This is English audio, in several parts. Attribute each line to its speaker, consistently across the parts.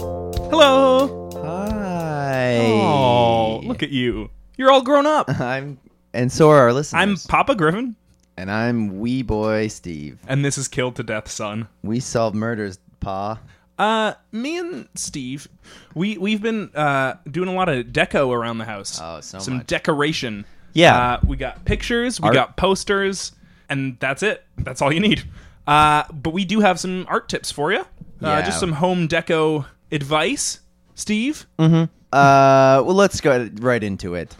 Speaker 1: Hello!
Speaker 2: Hi.
Speaker 1: Oh, look at you. You're all grown up.
Speaker 2: I'm and so are our
Speaker 1: I'm
Speaker 2: listeners.
Speaker 1: Papa Griffin,
Speaker 2: and I'm wee boy Steve.
Speaker 1: and this is Killed to Death, son.
Speaker 2: We solve murders, pa.
Speaker 1: Uh, me and Steve, we we've been uh doing a lot of deco around the house.
Speaker 2: Oh, so
Speaker 1: some
Speaker 2: much.
Speaker 1: decoration.
Speaker 2: Yeah.
Speaker 1: uh, we got pictures, we
Speaker 2: Art.
Speaker 1: got posters, and that's it. That's all you need. Uh, but we do have some art tips for you. Uh,
Speaker 2: Yeah.
Speaker 1: just some home deco advice, Steve.
Speaker 2: Mm. Uh, well, let's go right into it.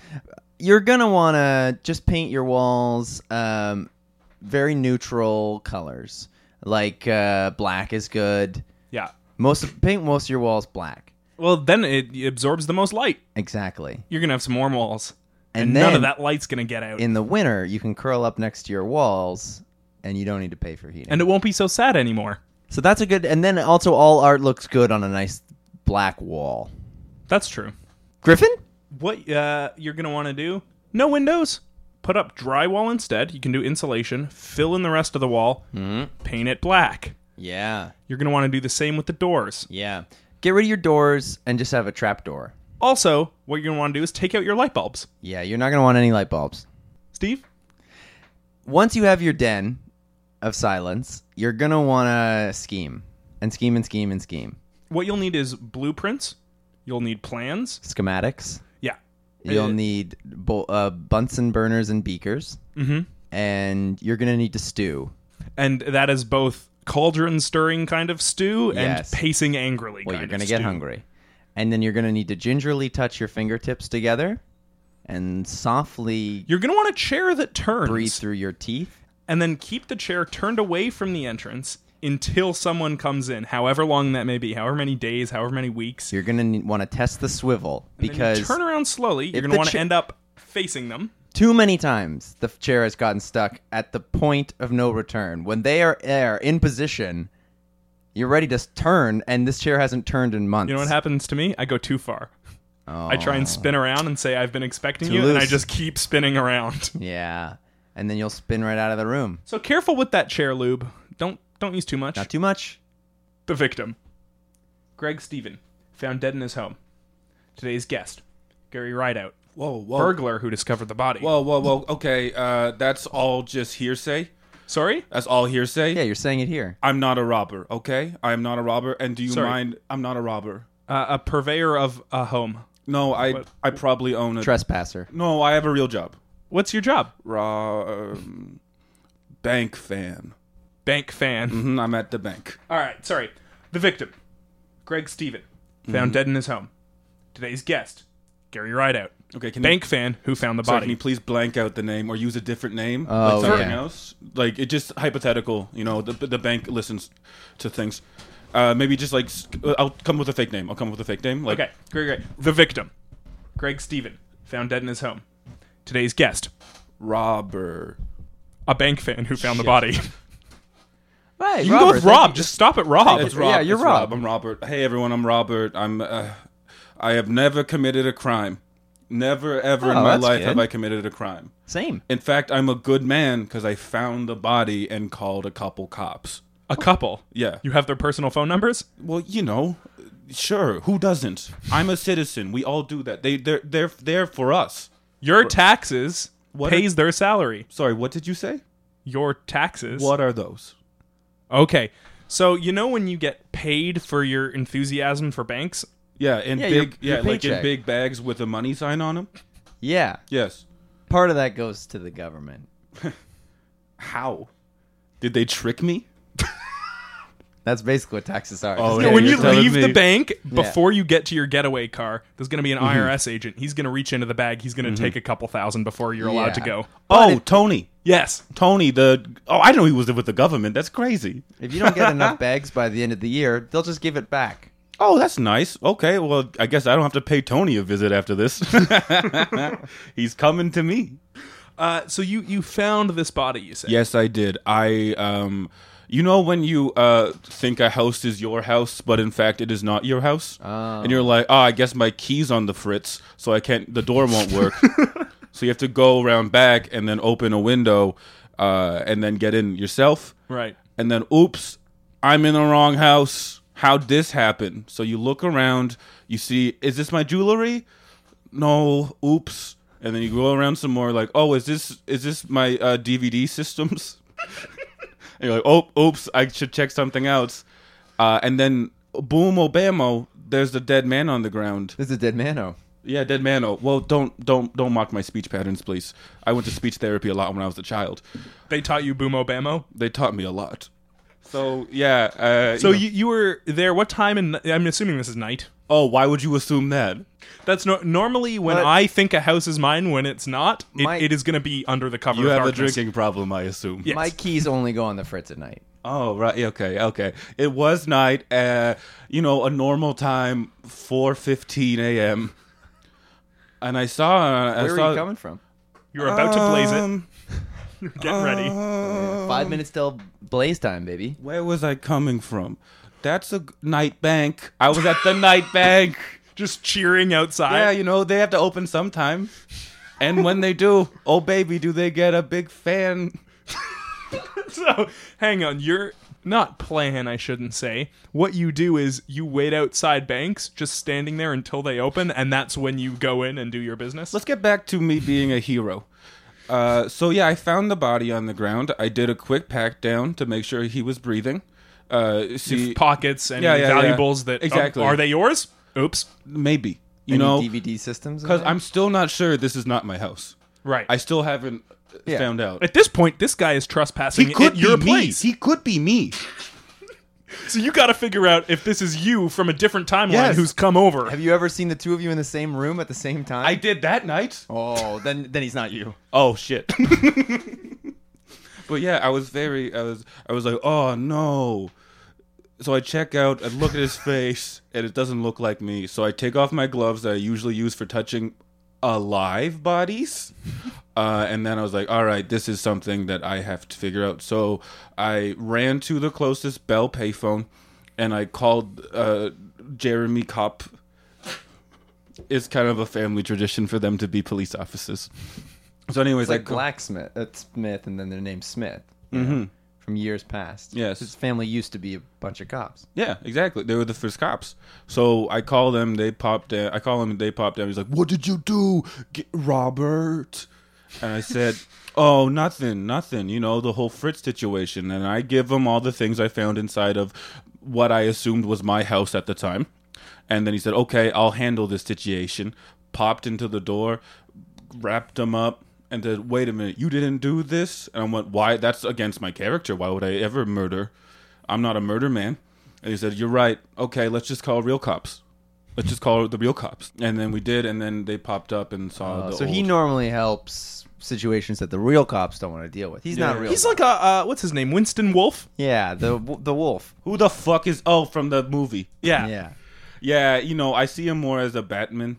Speaker 2: You're gonna wanna just paint your walls um, very neutral colors. Like uh, black is good.
Speaker 1: Yeah.
Speaker 2: Most of, paint most of your walls black.
Speaker 1: Well, then it absorbs the most light.
Speaker 2: Exactly.
Speaker 1: You're gonna have some warm walls, and,
Speaker 2: And
Speaker 1: none
Speaker 2: then-
Speaker 1: of that light's gonna get out,
Speaker 2: In the winter, you can curl up next to your walls, and you don't need to pay for heating.
Speaker 1: and it won't be so sad anymore.
Speaker 2: So that's a good. And then also, all art looks good on a nice black wall.
Speaker 1: That's true.
Speaker 2: Griffin?
Speaker 1: what uh, you're going to want to do no windows put up drywall instead you can do insulation fill in the rest of the wall
Speaker 2: Hmm.
Speaker 1: paint it black
Speaker 2: Yeah,
Speaker 1: you're going to want to do the same with the doors
Speaker 2: yeah. Get rid of your doors and just have a trap door.
Speaker 1: also what you're going to want to do is take out your light bulbs
Speaker 2: Yeah, you're not gonna want any light bulbs.
Speaker 1: steve
Speaker 2: Once you have your den of silence, you're gonna wanna scheme and scheme and scheme and scheme
Speaker 1: what you'll need is blueprints you'll need plans
Speaker 2: schematics.
Speaker 1: yeah
Speaker 2: You'll
Speaker 1: Uh,
Speaker 2: need bo- uh, Bunsen burners and beakers,
Speaker 1: mhm.
Speaker 2: and you're gonna need to stew.
Speaker 1: and that is both cauldron stirring kind of stew and
Speaker 2: Yes.
Speaker 1: pacing angrily
Speaker 2: Well,
Speaker 1: kind
Speaker 2: you're
Speaker 1: of
Speaker 2: gonna get
Speaker 1: stew.
Speaker 2: hungry, and then you're gonna need to gingerly touch your fingertips together, and softly
Speaker 1: you're going to want a chair that turns
Speaker 2: breathe through your teeth.
Speaker 1: and then keep the chair turned away from the entrance until someone comes in, however long that may be, however many days, however many weeks.
Speaker 2: You're gonna want to test the swivel
Speaker 1: And then you
Speaker 2: because
Speaker 1: turn around slowly, you're
Speaker 2: if
Speaker 1: going
Speaker 2: the
Speaker 1: to want to
Speaker 2: cha-
Speaker 1: end up facing them.
Speaker 2: too many times the f- chair has gotten stuck at the point of no return. When they are there in position, you're ready to s- turn, and this chair hasn't turned in months.
Speaker 1: You know what happens to me? I go too far.
Speaker 2: Oh,
Speaker 1: I try and spin around and say I've been expecting you, and I
Speaker 2: loose.
Speaker 1: just keep spinning around.
Speaker 2: Yeah, and then you'll spin right out of the room.
Speaker 1: So careful with that chair lube. Don't don't use too much.
Speaker 2: Not too much.
Speaker 1: the victim, Greg Steven, found dead in his home. Today's guest, Gary Rideout,
Speaker 3: Whoa, whoa,
Speaker 2: Oh.
Speaker 1: burglar who discovered the body.
Speaker 3: whoa, whoa, whoa. Okay, uh, that's all just hearsay.
Speaker 1: Sorry.
Speaker 3: That's all hearsay.
Speaker 2: Yeah, you're saying it here.
Speaker 3: I'm not a robber. Okay, I am not a robber. And do you
Speaker 1: Sorry.
Speaker 3: mind? I'm not a robber.
Speaker 1: Uh, a purveyor of a home.
Speaker 3: No, I I probably own a.
Speaker 2: Trespasser.
Speaker 3: no, I have a real job.
Speaker 1: What's your job?
Speaker 3: Raw um, bank fan.
Speaker 1: Bank fan.
Speaker 3: Mhm, I'm at the bank.
Speaker 1: Mm. All right, sorry. The victim, Greg Steven,
Speaker 3: Mm-hmm.
Speaker 1: found dead in his home. Today's guest, Gary Rideout,
Speaker 3: Okay, can
Speaker 1: bank fan who found the
Speaker 3: You, Mm. sorry,
Speaker 1: body.
Speaker 3: can you please blank out the name or use a different name?
Speaker 2: Oh,
Speaker 3: like something
Speaker 2: yeah.
Speaker 3: else. Like it just hypothetical. You know, the the bank listens to things. Uh, maybe just like s- I'll come with a fake name. I'll come with a fake name. Like
Speaker 1: okay, great, great. The victim, Greg Steven, found dead in his home. Today's guest,
Speaker 3: robber.
Speaker 1: a bank fan who found the body.
Speaker 2: Right.
Speaker 1: you can go with Rob. Just stop at Rob.
Speaker 3: It's
Speaker 2: Yeah,
Speaker 3: Rob.
Speaker 2: you're
Speaker 3: It's
Speaker 2: Rob.
Speaker 3: I'm Robert. Hey everyone, I'm Robert. I'm uh, I have never committed a crime. Never ever in
Speaker 2: Oh,
Speaker 3: my
Speaker 2: that's
Speaker 3: life
Speaker 2: good.
Speaker 3: have I committed a crime.
Speaker 2: Same.
Speaker 3: In fact, I'm a good man because I found the body and called a couple cops.
Speaker 1: A couple.
Speaker 3: Yeah.
Speaker 1: You have their personal phone numbers?
Speaker 3: Well, you know, sure. Who doesn't? I'm a citizen. We all do that. They they're they're there for us.
Speaker 1: Your taxes
Speaker 3: What
Speaker 1: pays their salary.
Speaker 3: Sorry, what did you say?
Speaker 1: Your taxes.
Speaker 3: What are those?
Speaker 1: Okay. So, you know when you get paid for your enthusiasm for banks?
Speaker 3: Yeah, in
Speaker 2: Yeah, your-
Speaker 3: big yeah,
Speaker 2: your
Speaker 3: like in
Speaker 2: paycheck.
Speaker 3: big bags with a money sign on them.
Speaker 2: Yeah.
Speaker 3: Yes.
Speaker 2: Part of that goes to the government.
Speaker 3: How? Did they trick me?
Speaker 2: That's basically what taxes are.
Speaker 3: Oh,
Speaker 2: Just
Speaker 3: yeah,
Speaker 2: get
Speaker 1: when you
Speaker 3: you're telling
Speaker 1: leave
Speaker 3: me. Mm-hmm.
Speaker 1: the bank before you get to your getaway car, there's going to be an IRS agent. He's going to reach into the bag. He's going to take a couple thousand before you're allowed to
Speaker 2: Yeah.
Speaker 1: go.
Speaker 3: Oh, Tony.
Speaker 1: Yes,
Speaker 3: Tony, the oh, I know he was with the government. That's crazy.
Speaker 2: If you don't get enough bags by the end of the year, they'll just give it back.
Speaker 3: Oh, that's nice. Okay, well, I guess I don't have to pay Tony a visit after this. He's coming to me.
Speaker 1: Uh, so you you found this body, you said.
Speaker 3: Yes, I did. I um you know when you uh think a house is your house, but in fact it is not your house? And you're like, "Oh, I guess my key's on the fritz, so I can't the door won't work." so you have to go around back and then open a window uh and then get in yourself.
Speaker 1: Right.
Speaker 3: And then oops, I'm in the wrong house. How'd this happen? So you look around, you see, is this my jewelry? no oops and then you go around some more like oh is this is this my uh, dvd systems and you're like oh oops i should check something else uh, and then boom obamo there's the dead man on the ground
Speaker 2: This is a dead man. Oh,
Speaker 3: yeah dead man oh well don't don't don't mock my speech patterns please i went to speech therapy a lot when i was a child
Speaker 1: They taught you Boom Obamo.
Speaker 3: they taught me a lot so yeah uh,
Speaker 1: So
Speaker 3: know-
Speaker 1: you, you were there. What time? And I'm assuming this is night.
Speaker 3: oh why would you assume that
Speaker 1: That's no, normally when
Speaker 2: But-
Speaker 1: I think a house is mine. When it's not, it,
Speaker 2: My-
Speaker 1: it is going to be under the cover.
Speaker 3: you
Speaker 1: of
Speaker 3: have a
Speaker 1: darkness.
Speaker 3: drinking problem i assume
Speaker 1: Yes.
Speaker 2: my keys only go on the fritz at night.
Speaker 3: Oh right, yeah, okay, okay. It was night, uh, you know, a normal time, four fifteen a.m. And I saw, uh, I
Speaker 2: Where
Speaker 3: saw,
Speaker 2: are you coming from?
Speaker 1: You're about to blaze it.
Speaker 3: Um,
Speaker 1: Get ready.
Speaker 2: Five minutes till blaze time, baby.
Speaker 3: Where was I coming from? That's a g- night bank. I was at the night bank.
Speaker 1: Just cheering outside.
Speaker 3: Yeah, you know they have to open sometime, and when they do, oh baby, do they get a big fan?
Speaker 1: So, hang on. You're not plan, I shouldn't say. What you do is you wait outside banks, just standing there until they open, and that's when you go in and do your business.
Speaker 3: let's get back to me being a hero. Uh, so yeah, I found the body on the ground. I did a quick pack down to make sure he was breathing. Uh, see,
Speaker 1: Pockets and
Speaker 3: Yeah, yeah, yeah.
Speaker 1: valuables that
Speaker 3: Exactly.
Speaker 1: oh, are they yours? Oops.
Speaker 3: maybe you
Speaker 2: Any
Speaker 3: know
Speaker 2: DVD systems. in
Speaker 3: because
Speaker 2: there?
Speaker 3: I'm still not sure. This is not my house.
Speaker 1: Right.
Speaker 3: I still haven't
Speaker 2: Yeah.
Speaker 3: found out.
Speaker 1: At this point, this guy is trespassing at your place.
Speaker 3: He could be me.
Speaker 1: So you got to figure out if this is you from a different timeline
Speaker 3: Yes.
Speaker 1: who's come over.
Speaker 2: Have you ever seen the two of you in the same room at the same time?
Speaker 3: I did that night.
Speaker 2: Oh, then then he's not you.
Speaker 3: Oh shit. but yeah, I was very. I was. I was like, oh no. So I check out. I look at his face, and it doesn't look like me. So I take off my gloves that I usually use for touching alive bodies. Uh, and then I was like, all right, this is something that I have to figure out. So I ran to the closest Bell payphone and I called uh, Jeremy Cop. It's kind of a family tradition for them to be police officers. So, anyways,
Speaker 2: It's like
Speaker 3: I ca-
Speaker 2: blacksmith, uh, Smith, and then their name's Smith from years past.
Speaker 3: Mm-hmm. Yes.
Speaker 2: his family used to be a bunch of cops.
Speaker 3: Yeah, exactly. They were the first cops. So I call them. They popped. In, I call him. They popped down. He's like, "What did you do, Get Robert?" And I said, "Oh, nothing, nothing. You know the whole Fritz situation." And I give him all the things I found inside of what I assumed was my house at the time. And then he said, "Okay, I'll handle this situation." Popped into the door, wrapped him up, and said, "Wait a minute, you didn't do this?" And I went, "Why? That's against my character. Why would I ever murder?" I'm not a murder man. And he said, You're right. Okay, let's just call real cops. Let's just call the real cops. And then we did, and then they popped up and saw the
Speaker 2: so he
Speaker 3: old-
Speaker 2: normally helps situations that the real cops don't want to deal with. He's not
Speaker 3: Yeah.
Speaker 2: real.
Speaker 1: He's like a uh, what's his name? Winston Wolf.
Speaker 2: yeah, the w- the wolf.
Speaker 3: Who the fuck is oh from the movie?
Speaker 1: Yeah.
Speaker 2: Yeah,
Speaker 3: Yeah, you know, I see him more as a Batman.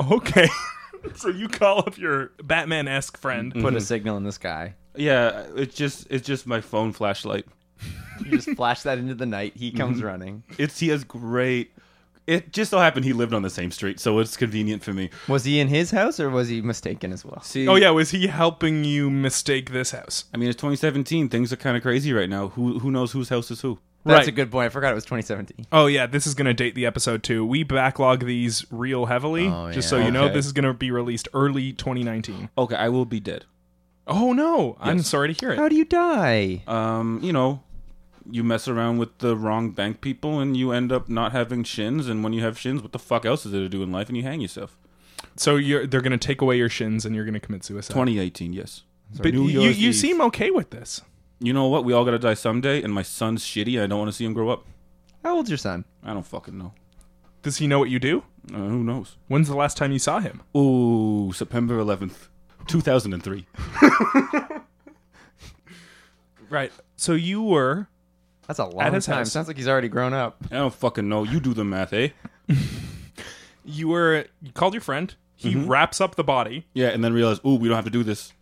Speaker 1: Okay. so you call up your Batman esque friend.
Speaker 3: Mm-hmm.
Speaker 2: put a signal in the sky.
Speaker 3: Yeah, it's just it's just my phone flashlight.
Speaker 2: You just flash that into the night. He comes
Speaker 3: Mm-hmm.
Speaker 2: running.
Speaker 3: It's he has great it just so happened he lived on the same street, so it's convenient for me.
Speaker 2: Was he in his house or was he mistaken as well?
Speaker 3: See
Speaker 1: Oh yeah, was he helping you mistake this house?
Speaker 3: I mean it's twenty seventeen, things are kinda crazy right now. Who who knows whose house is who?
Speaker 2: That's
Speaker 1: Right.
Speaker 2: a good point. I forgot it was 2017.
Speaker 1: Oh yeah, this is gonna date the episode too. We backlog these real heavily,
Speaker 2: Oh,
Speaker 1: just so
Speaker 2: yeah.
Speaker 1: you know.
Speaker 3: Okay.
Speaker 1: This is gonna be released early 2019.
Speaker 3: Okay, I will be dead.
Speaker 1: Oh no, I'm sorry to hear it.
Speaker 2: How do you die?
Speaker 3: um, you know, you mess around with the wrong bank people and you end up not having shins. And when you have shins, what the fuck else is there to do in life? And you hang yourself.
Speaker 1: So you're they're gonna take away your shins and you're gonna commit suicide.
Speaker 3: 2018, yes.
Speaker 1: but
Speaker 3: New
Speaker 1: you,
Speaker 3: Year's
Speaker 1: you
Speaker 3: Eve.
Speaker 1: seem okay with this.
Speaker 3: You know what? We all gotta die someday. And my son's shitty. And I don't want to see him grow up.
Speaker 2: How old's your son?
Speaker 3: I don't fucking know.
Speaker 1: Does he know what you do?
Speaker 3: Uh, who knows?
Speaker 1: When's the last time you saw him?
Speaker 3: Ooh, September 11th, 2003.
Speaker 1: Right. So you were
Speaker 2: That's a long
Speaker 1: his
Speaker 2: time.
Speaker 1: house.
Speaker 2: Sounds like he's already grown up.
Speaker 3: I don't fucking know. You do the math, eh?
Speaker 1: You were you called your friend. He
Speaker 3: Mm-hmm.
Speaker 1: wraps up the body
Speaker 3: Yeah, and then realize, ooh, we don't have to do this.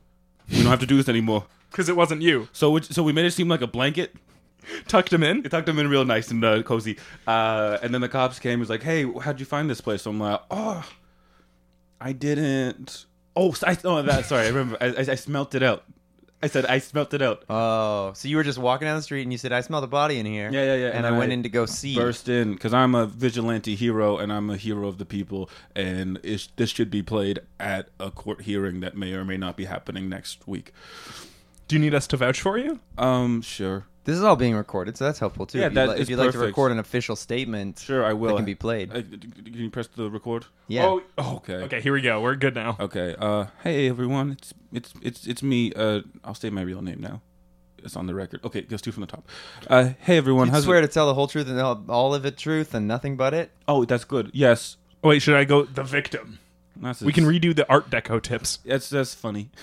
Speaker 3: We don't have to do this anymore.
Speaker 1: because it wasn't you.
Speaker 3: So, it, so we made it seem like a blanket.
Speaker 1: Tucked him in.
Speaker 3: It tucked him in real nice and uh, cozy. Uh, and then the cops came. Was like, hey, how'd you find this place? So I'm like, oh, I didn't. Oh, s- I oh that. Sorry, I remember. I, I, I smelt it out. I said I smelt it out.
Speaker 2: Oh, so you were just walking down the street and you said, "I smell the body in here."
Speaker 3: Yeah, yeah, yeah,
Speaker 2: And,
Speaker 3: and
Speaker 2: I, went
Speaker 3: I
Speaker 2: in to go see.
Speaker 3: Burst in because I'm a vigilante hero and I'm a hero of the people. And it's, this should be played at a court hearing that may or may not be happening next week.
Speaker 1: Do you need us to vouch for you?
Speaker 3: Um, sure,
Speaker 2: This is all being recorded, so that's helpful too.
Speaker 3: Yeah,
Speaker 2: if you'd,
Speaker 3: that
Speaker 2: li-
Speaker 3: is
Speaker 2: if you'd like to
Speaker 3: perfect.
Speaker 2: record an official statement,
Speaker 3: sure, I will.
Speaker 2: that can be played.
Speaker 3: Uh, d- d- can you press the record?
Speaker 2: yeah.
Speaker 1: Oh, oh,
Speaker 3: Okay.
Speaker 1: okay. Here we go. We're good now.
Speaker 3: Okay. Uh, hey everyone, it's it's it's it's me. Uh, I'll say my real name now. It's on the record. Okay, goes two from the top. Uh, hey everyone,
Speaker 2: you
Speaker 3: how's
Speaker 2: swear
Speaker 3: it?
Speaker 2: to tell the whole truth and all, all of it truth and nothing but it.
Speaker 3: Oh, that's good. Yes,
Speaker 1: Oh, wait, should I go the victim?
Speaker 3: that's
Speaker 1: We can redo the Art Deco tips.
Speaker 3: That's that's funny.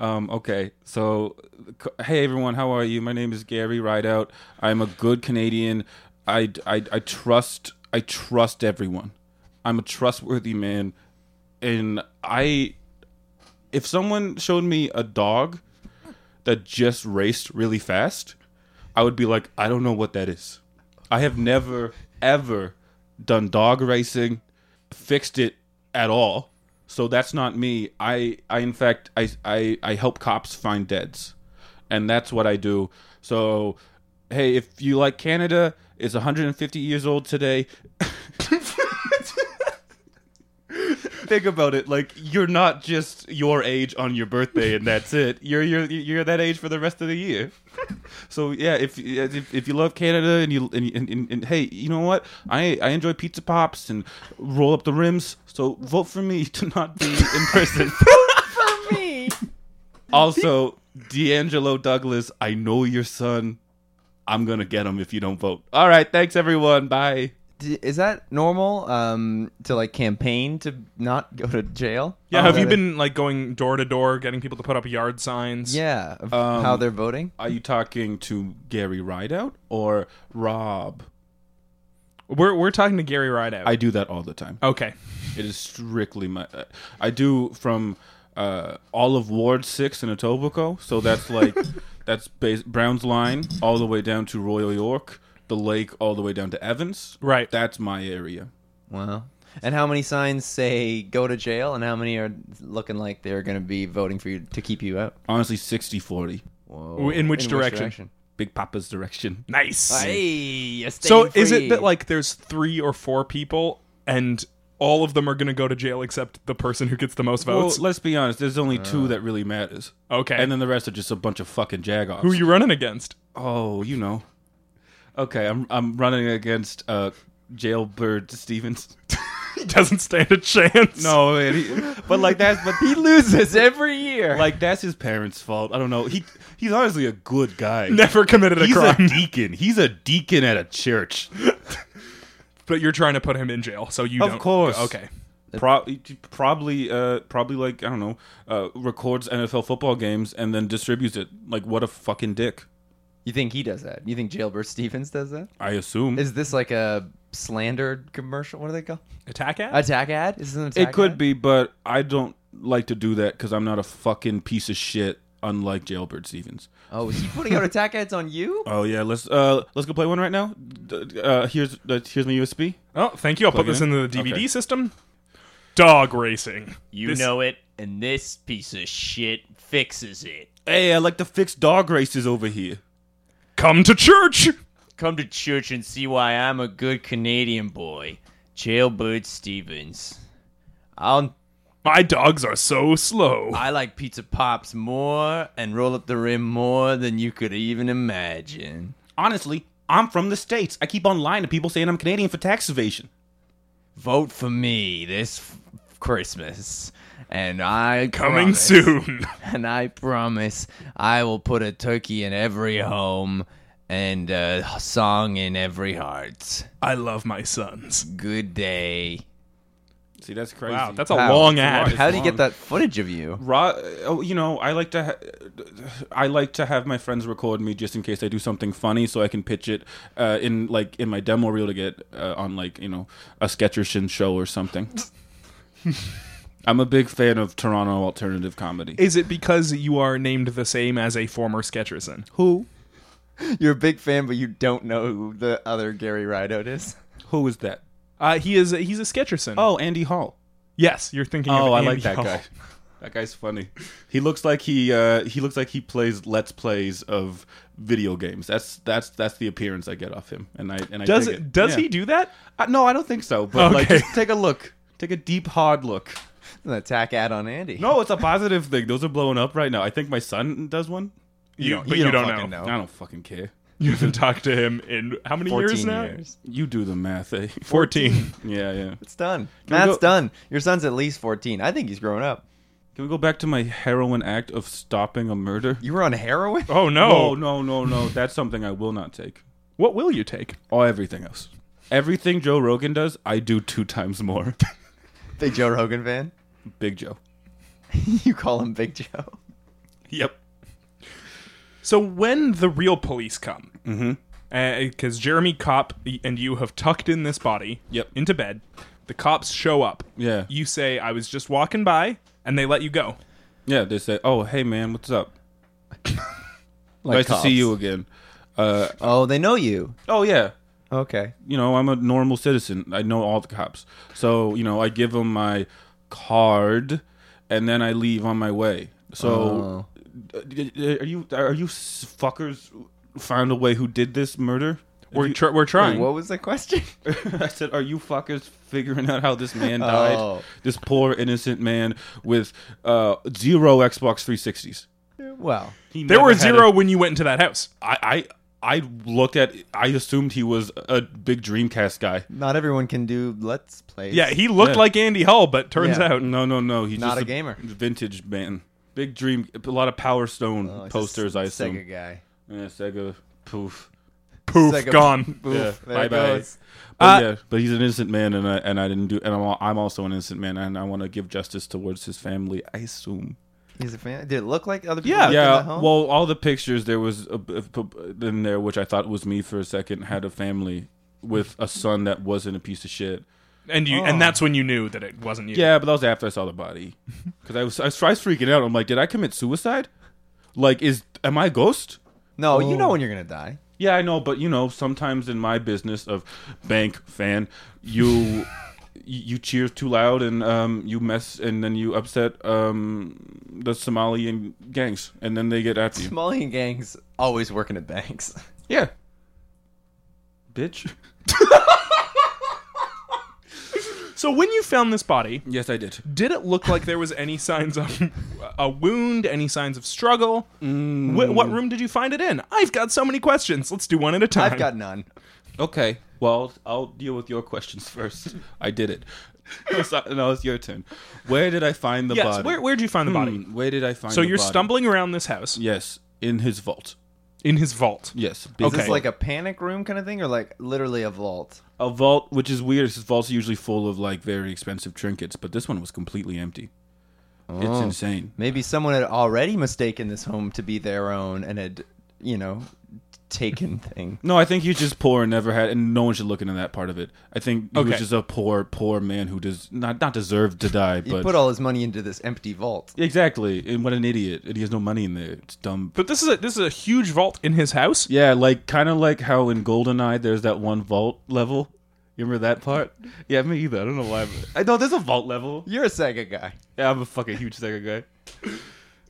Speaker 3: Um, okay, so c- hey everyone, how are you? My name is Gary Rideout. I'm a good Canadian. I, I, I trust I trust everyone. I'm a trustworthy man, and I if someone showed me a dog that just raced really fast, I would be like, I don't know what that is. I have never ever done dog racing, fixed it at all. So that's not me. I I in fact I I I help cops find deads. And that's what I do. So hey, if you like Canada, it's 150 years old today. Think about it. Like you're not just your age on your birthday and that's it. You're you're you're that age for the rest of the year. So yeah, if if, if you love Canada and you and, and, and, and hey, you know what? I I enjoy pizza pops and roll up the rims. So vote for me to not be in prison.
Speaker 2: For me.
Speaker 3: also, D'Angelo Douglas, I know your son. I'm gonna get him if you don't vote. All right, thanks everyone. Bye.
Speaker 2: D- is that normal um, to like campaign to not go to jail?
Speaker 1: Yeah,
Speaker 2: Oh,
Speaker 1: have you
Speaker 2: that-
Speaker 1: been like going door to door, getting people to put up yard signs?
Speaker 2: Yeah, of
Speaker 3: Um,
Speaker 2: how they're voting.
Speaker 3: Are you talking to Gary Rideout or Rob?
Speaker 1: we're we're talking to Gary Rideout.
Speaker 3: I do that all the time.
Speaker 1: okay,
Speaker 3: It is strictly my. uh, I do from uh, all of Ward Six in Etobicoke, so that's like that's base, Brown's line all the way down to Royal York, the lake all the way down to Evans.
Speaker 1: right.
Speaker 3: That's my area.
Speaker 2: Wow. And how many signs say go to jail, and how many are looking like they're going to be voting for you to keep you out?
Speaker 3: Honestly, 60-40.
Speaker 2: Whoa.
Speaker 1: In which direction?
Speaker 3: Big Papa's direction.
Speaker 1: nice.
Speaker 2: Hey, you're
Speaker 1: So
Speaker 2: staying
Speaker 1: is it
Speaker 2: free.
Speaker 1: that like there's three or four people and all of them are going to go to jail except the person who gets the most
Speaker 3: Well,
Speaker 1: votes?
Speaker 3: let's be honest. There's only two that really matters.
Speaker 1: okay.
Speaker 3: And then the rest are just a bunch of fucking jagoffs.
Speaker 1: who are you running against?
Speaker 3: Oh, you know. Okay, I'm I'm running against uh, Jailbird Stevens.
Speaker 1: He doesn't stand a chance.
Speaker 3: No, man, he- but like that's but
Speaker 2: he loses every year?
Speaker 3: like that's his parents' fault. I don't know. He he's honestly a good guy.
Speaker 1: Never committed a
Speaker 3: he's
Speaker 1: crime,
Speaker 3: a deacon. He's a deacon at a church.
Speaker 1: but you're trying to put him in jail, so you
Speaker 3: Of
Speaker 1: don't.
Speaker 3: course.
Speaker 1: Okay.
Speaker 3: Pro- probably uh probably like I don't know uh records NFL football games and then distributes it. Like what a fucking dick.
Speaker 2: you think he does that? You think Jailbird Stevens does that?
Speaker 3: I assume
Speaker 2: Is this like a slander commercial? What do they call
Speaker 1: Attack ad.
Speaker 2: attack ad? Is this an attack?
Speaker 3: it could
Speaker 2: ad?
Speaker 3: be, but I don't like to do that because I'm not a fucking piece of shit. Unlike Jailbird Stevens.
Speaker 2: Oh, is he putting out attack ads on you?
Speaker 3: Oh yeah, let's uh let's go play one right now. D- d- Uh, here's uh, here's my USB.
Speaker 1: oh, thank you. I'll put
Speaker 3: Plug it
Speaker 1: this
Speaker 3: in?
Speaker 1: into the DVD
Speaker 3: Okay.
Speaker 1: system. Dog racing.
Speaker 4: You
Speaker 1: This-
Speaker 4: know it, and this piece of shit fixes it.
Speaker 3: Hey, I like to fix dog races over here.
Speaker 1: Come to church.
Speaker 4: Come to church and see why I'm a good Canadian boy. Jailbird Stevens.
Speaker 2: I'll.
Speaker 1: My dogs are so slow.
Speaker 2: I like pizza pops more and roll up the rim more than you could even imagine.
Speaker 3: Honestly, I'm from the States. I keep on lying to people saying I'm Canadian for tax evasion.
Speaker 2: vote for me this f- Christmas. And I
Speaker 1: Coming
Speaker 2: promise-
Speaker 1: soon.
Speaker 2: And I promise I will put a turkey in every home and a song in every heart.
Speaker 1: I love my sons.
Speaker 2: Good day.
Speaker 3: See, that's crazy.
Speaker 1: Wow, that's a
Speaker 2: Wow.
Speaker 1: long
Speaker 3: It's a
Speaker 1: ad.
Speaker 3: lot.
Speaker 2: How do you
Speaker 3: long.
Speaker 2: get that footage of you?
Speaker 3: Ra- oh, you know, I like to, ha- I like to have my friends record me just in case I do something funny, so I can pitch it uh, in like in my demo reel to get uh, on like you know a Sketcherson show or something. I'm a big fan of Toronto alternative comedy.
Speaker 1: Is it because you are named the same as a former Sketcherson?
Speaker 2: Who? You're a big fan, but you don't know who the other Gary Rideout is.
Speaker 3: Who is that?
Speaker 1: Uh, he is. A, he's a Sketcherson.
Speaker 3: Oh, Andy Hall.
Speaker 1: yes, you're thinking. of
Speaker 3: Oh, I
Speaker 1: Andy
Speaker 3: like that
Speaker 1: Hall.
Speaker 3: guy. That guy's funny. He looks like he uh, he looks like he plays let's plays of video games. That's that's that's the appearance I get off him. And I and I
Speaker 1: Does
Speaker 3: dig
Speaker 1: it? Does
Speaker 3: Yeah.
Speaker 1: he do that?
Speaker 3: Uh, no, I don't think so. But like,
Speaker 1: Okay.
Speaker 3: just take a look. Take a deep, hard look.
Speaker 2: An attack ad on Andy.
Speaker 3: No, it's a positive thing. Those are blowing up right now. I think my son does one.
Speaker 1: You- but you don't
Speaker 2: fucking
Speaker 1: know.
Speaker 3: I don't fucking care.
Speaker 1: You haven't talked to him in how many years now?
Speaker 3: You do the math, eh?
Speaker 1: Fourteen.
Speaker 3: yeah, yeah.
Speaker 2: It's done.
Speaker 3: we
Speaker 2: Matt's
Speaker 3: go-
Speaker 2: done. Your son's at least 14. I think he's grown up.
Speaker 3: Can we go back to my heroin act of stopping a murder?
Speaker 2: You were on heroin?
Speaker 1: Oh no.
Speaker 3: Oh no, no, no. That's something I will not take.
Speaker 1: What will you take?
Speaker 3: All everything else. Everything Joe Rogan does, I do two times more.
Speaker 2: Big Joe Rogan fan?
Speaker 3: Big Joe.
Speaker 2: you call him Big Joe?
Speaker 3: Yep.
Speaker 1: So when the real police come, because Jeremy Cop and you have tucked in this body
Speaker 3: Yep.
Speaker 1: into bed, the cops show up.
Speaker 3: Yeah.
Speaker 1: You say, "I was just walking by," and they let you go.
Speaker 3: Yeah, they say, "Oh, hey man, what's up?
Speaker 2: Like
Speaker 3: nice
Speaker 2: cops.
Speaker 3: to see you again." Uh,
Speaker 2: Oh, they know you.
Speaker 3: oh yeah,
Speaker 2: Okay.
Speaker 3: you know, I'm a normal citizen. I know all the cops. So, you know, I give them my card and then I leave on my way. So, are you are you s- fuckers found a way who did this murder?
Speaker 1: We're tr- we're trying.
Speaker 2: What was the question?
Speaker 3: I said, "Are you fuckers figuring out how this man died?
Speaker 2: Oh.
Speaker 3: This poor innocent man with uh, zero Xbox 360s.
Speaker 2: well,
Speaker 3: He
Speaker 1: there
Speaker 3: never
Speaker 1: were
Speaker 3: had a-
Speaker 1: zero when you went into that house.
Speaker 3: I I I looked at. I assumed he was a big Dreamcast guy.
Speaker 2: not everyone can do Let's Plays.
Speaker 1: Yeah, he looked
Speaker 3: Yeah.
Speaker 1: like Andy Hull, but turns
Speaker 2: Yeah.
Speaker 1: out
Speaker 3: No, no, no. He's
Speaker 2: Not
Speaker 3: just
Speaker 2: a gamer.
Speaker 3: Vintage man. Big dream. A lot of Power Stone
Speaker 2: Oh, he's a
Speaker 3: posters. I
Speaker 2: Sega
Speaker 3: assume.
Speaker 2: guy.
Speaker 3: Yeah, Sega. Poof.
Speaker 1: poof,
Speaker 2: Sega-
Speaker 1: gone.
Speaker 2: Boof.
Speaker 3: Yeah,
Speaker 2: There
Speaker 3: bye
Speaker 2: it
Speaker 3: bye.
Speaker 2: goes.
Speaker 3: But yeah, but he's an innocent man, and I and I didn't do, and I'm al- I'm also an innocent man, and I want to give justice towards his family. I assume.
Speaker 2: He's a fan. Did it look like other people?
Speaker 1: Yeah.
Speaker 2: lived in
Speaker 3: yeah.
Speaker 2: that home?
Speaker 3: Well, all the pictures there was a, a- p- in there, which I thought was me for a second, had a family with a son that wasn't a piece of shit.
Speaker 1: And you and that's when you knew that it wasn't you.
Speaker 3: Oh. Yeah, but that was after I saw the body, because I was I was I was freaking out. I'm like, did I commit suicide? Like, is am I a ghost?
Speaker 2: no, you know when you're gonna die.
Speaker 3: Yeah, I know, but you know, sometimes in my business of bank fan, you you cheer too loud and um, you mess and then you upset um, the Somalian gangs, and then they get after you.
Speaker 2: Somalian gangs always working at banks.
Speaker 3: Yeah, bitch.
Speaker 1: So when you found this body,
Speaker 3: Yes, I did.
Speaker 1: did it look like there was any signs of a wound, any signs of struggle? Wh- what room did you find it in? I've got so many questions. Let's do one at a time.
Speaker 2: I've got none.
Speaker 3: Okay. Well, I'll deal with your questions first. I did it. So- now it's your turn. Where did I find the
Speaker 1: yes.
Speaker 3: body?
Speaker 1: Where where'd you find the body?
Speaker 3: Hmm, where did I find?
Speaker 1: So
Speaker 3: the
Speaker 1: you're
Speaker 3: body?
Speaker 1: stumbling around this house
Speaker 3: Yes, in his vault.
Speaker 1: in his vault.
Speaker 3: Yes.
Speaker 2: Is
Speaker 1: Okay.
Speaker 2: this like a panic room kind of thing, or like literally a vault?
Speaker 3: a vault, which is weird. 'cause His vault's usually full of like very expensive trinkets, but this one was completely empty.
Speaker 2: Oh.
Speaker 3: It's insane.
Speaker 2: Maybe someone had already mistaken this home to be their own and had, you know, taken thing.
Speaker 3: No, I think he's just poor and never had, and no one should look into that part of it. I think he
Speaker 1: Okay.
Speaker 3: was just a poor, poor man who does not not deserve to die,
Speaker 2: He
Speaker 3: but
Speaker 2: put all his money into this empty vault.
Speaker 3: exactly. And what an idiot! And he has no money in there. It's dumb.
Speaker 1: But this is a this is a huge vault in his house.
Speaker 3: Yeah, like kind of like how in Goldeneye there's that one vault level. You remember that part? Yeah, me either. I don't know why. but- I know there's a vault level.
Speaker 2: You're a Sega guy.
Speaker 3: Yeah, I'm a fucking huge Sega guy.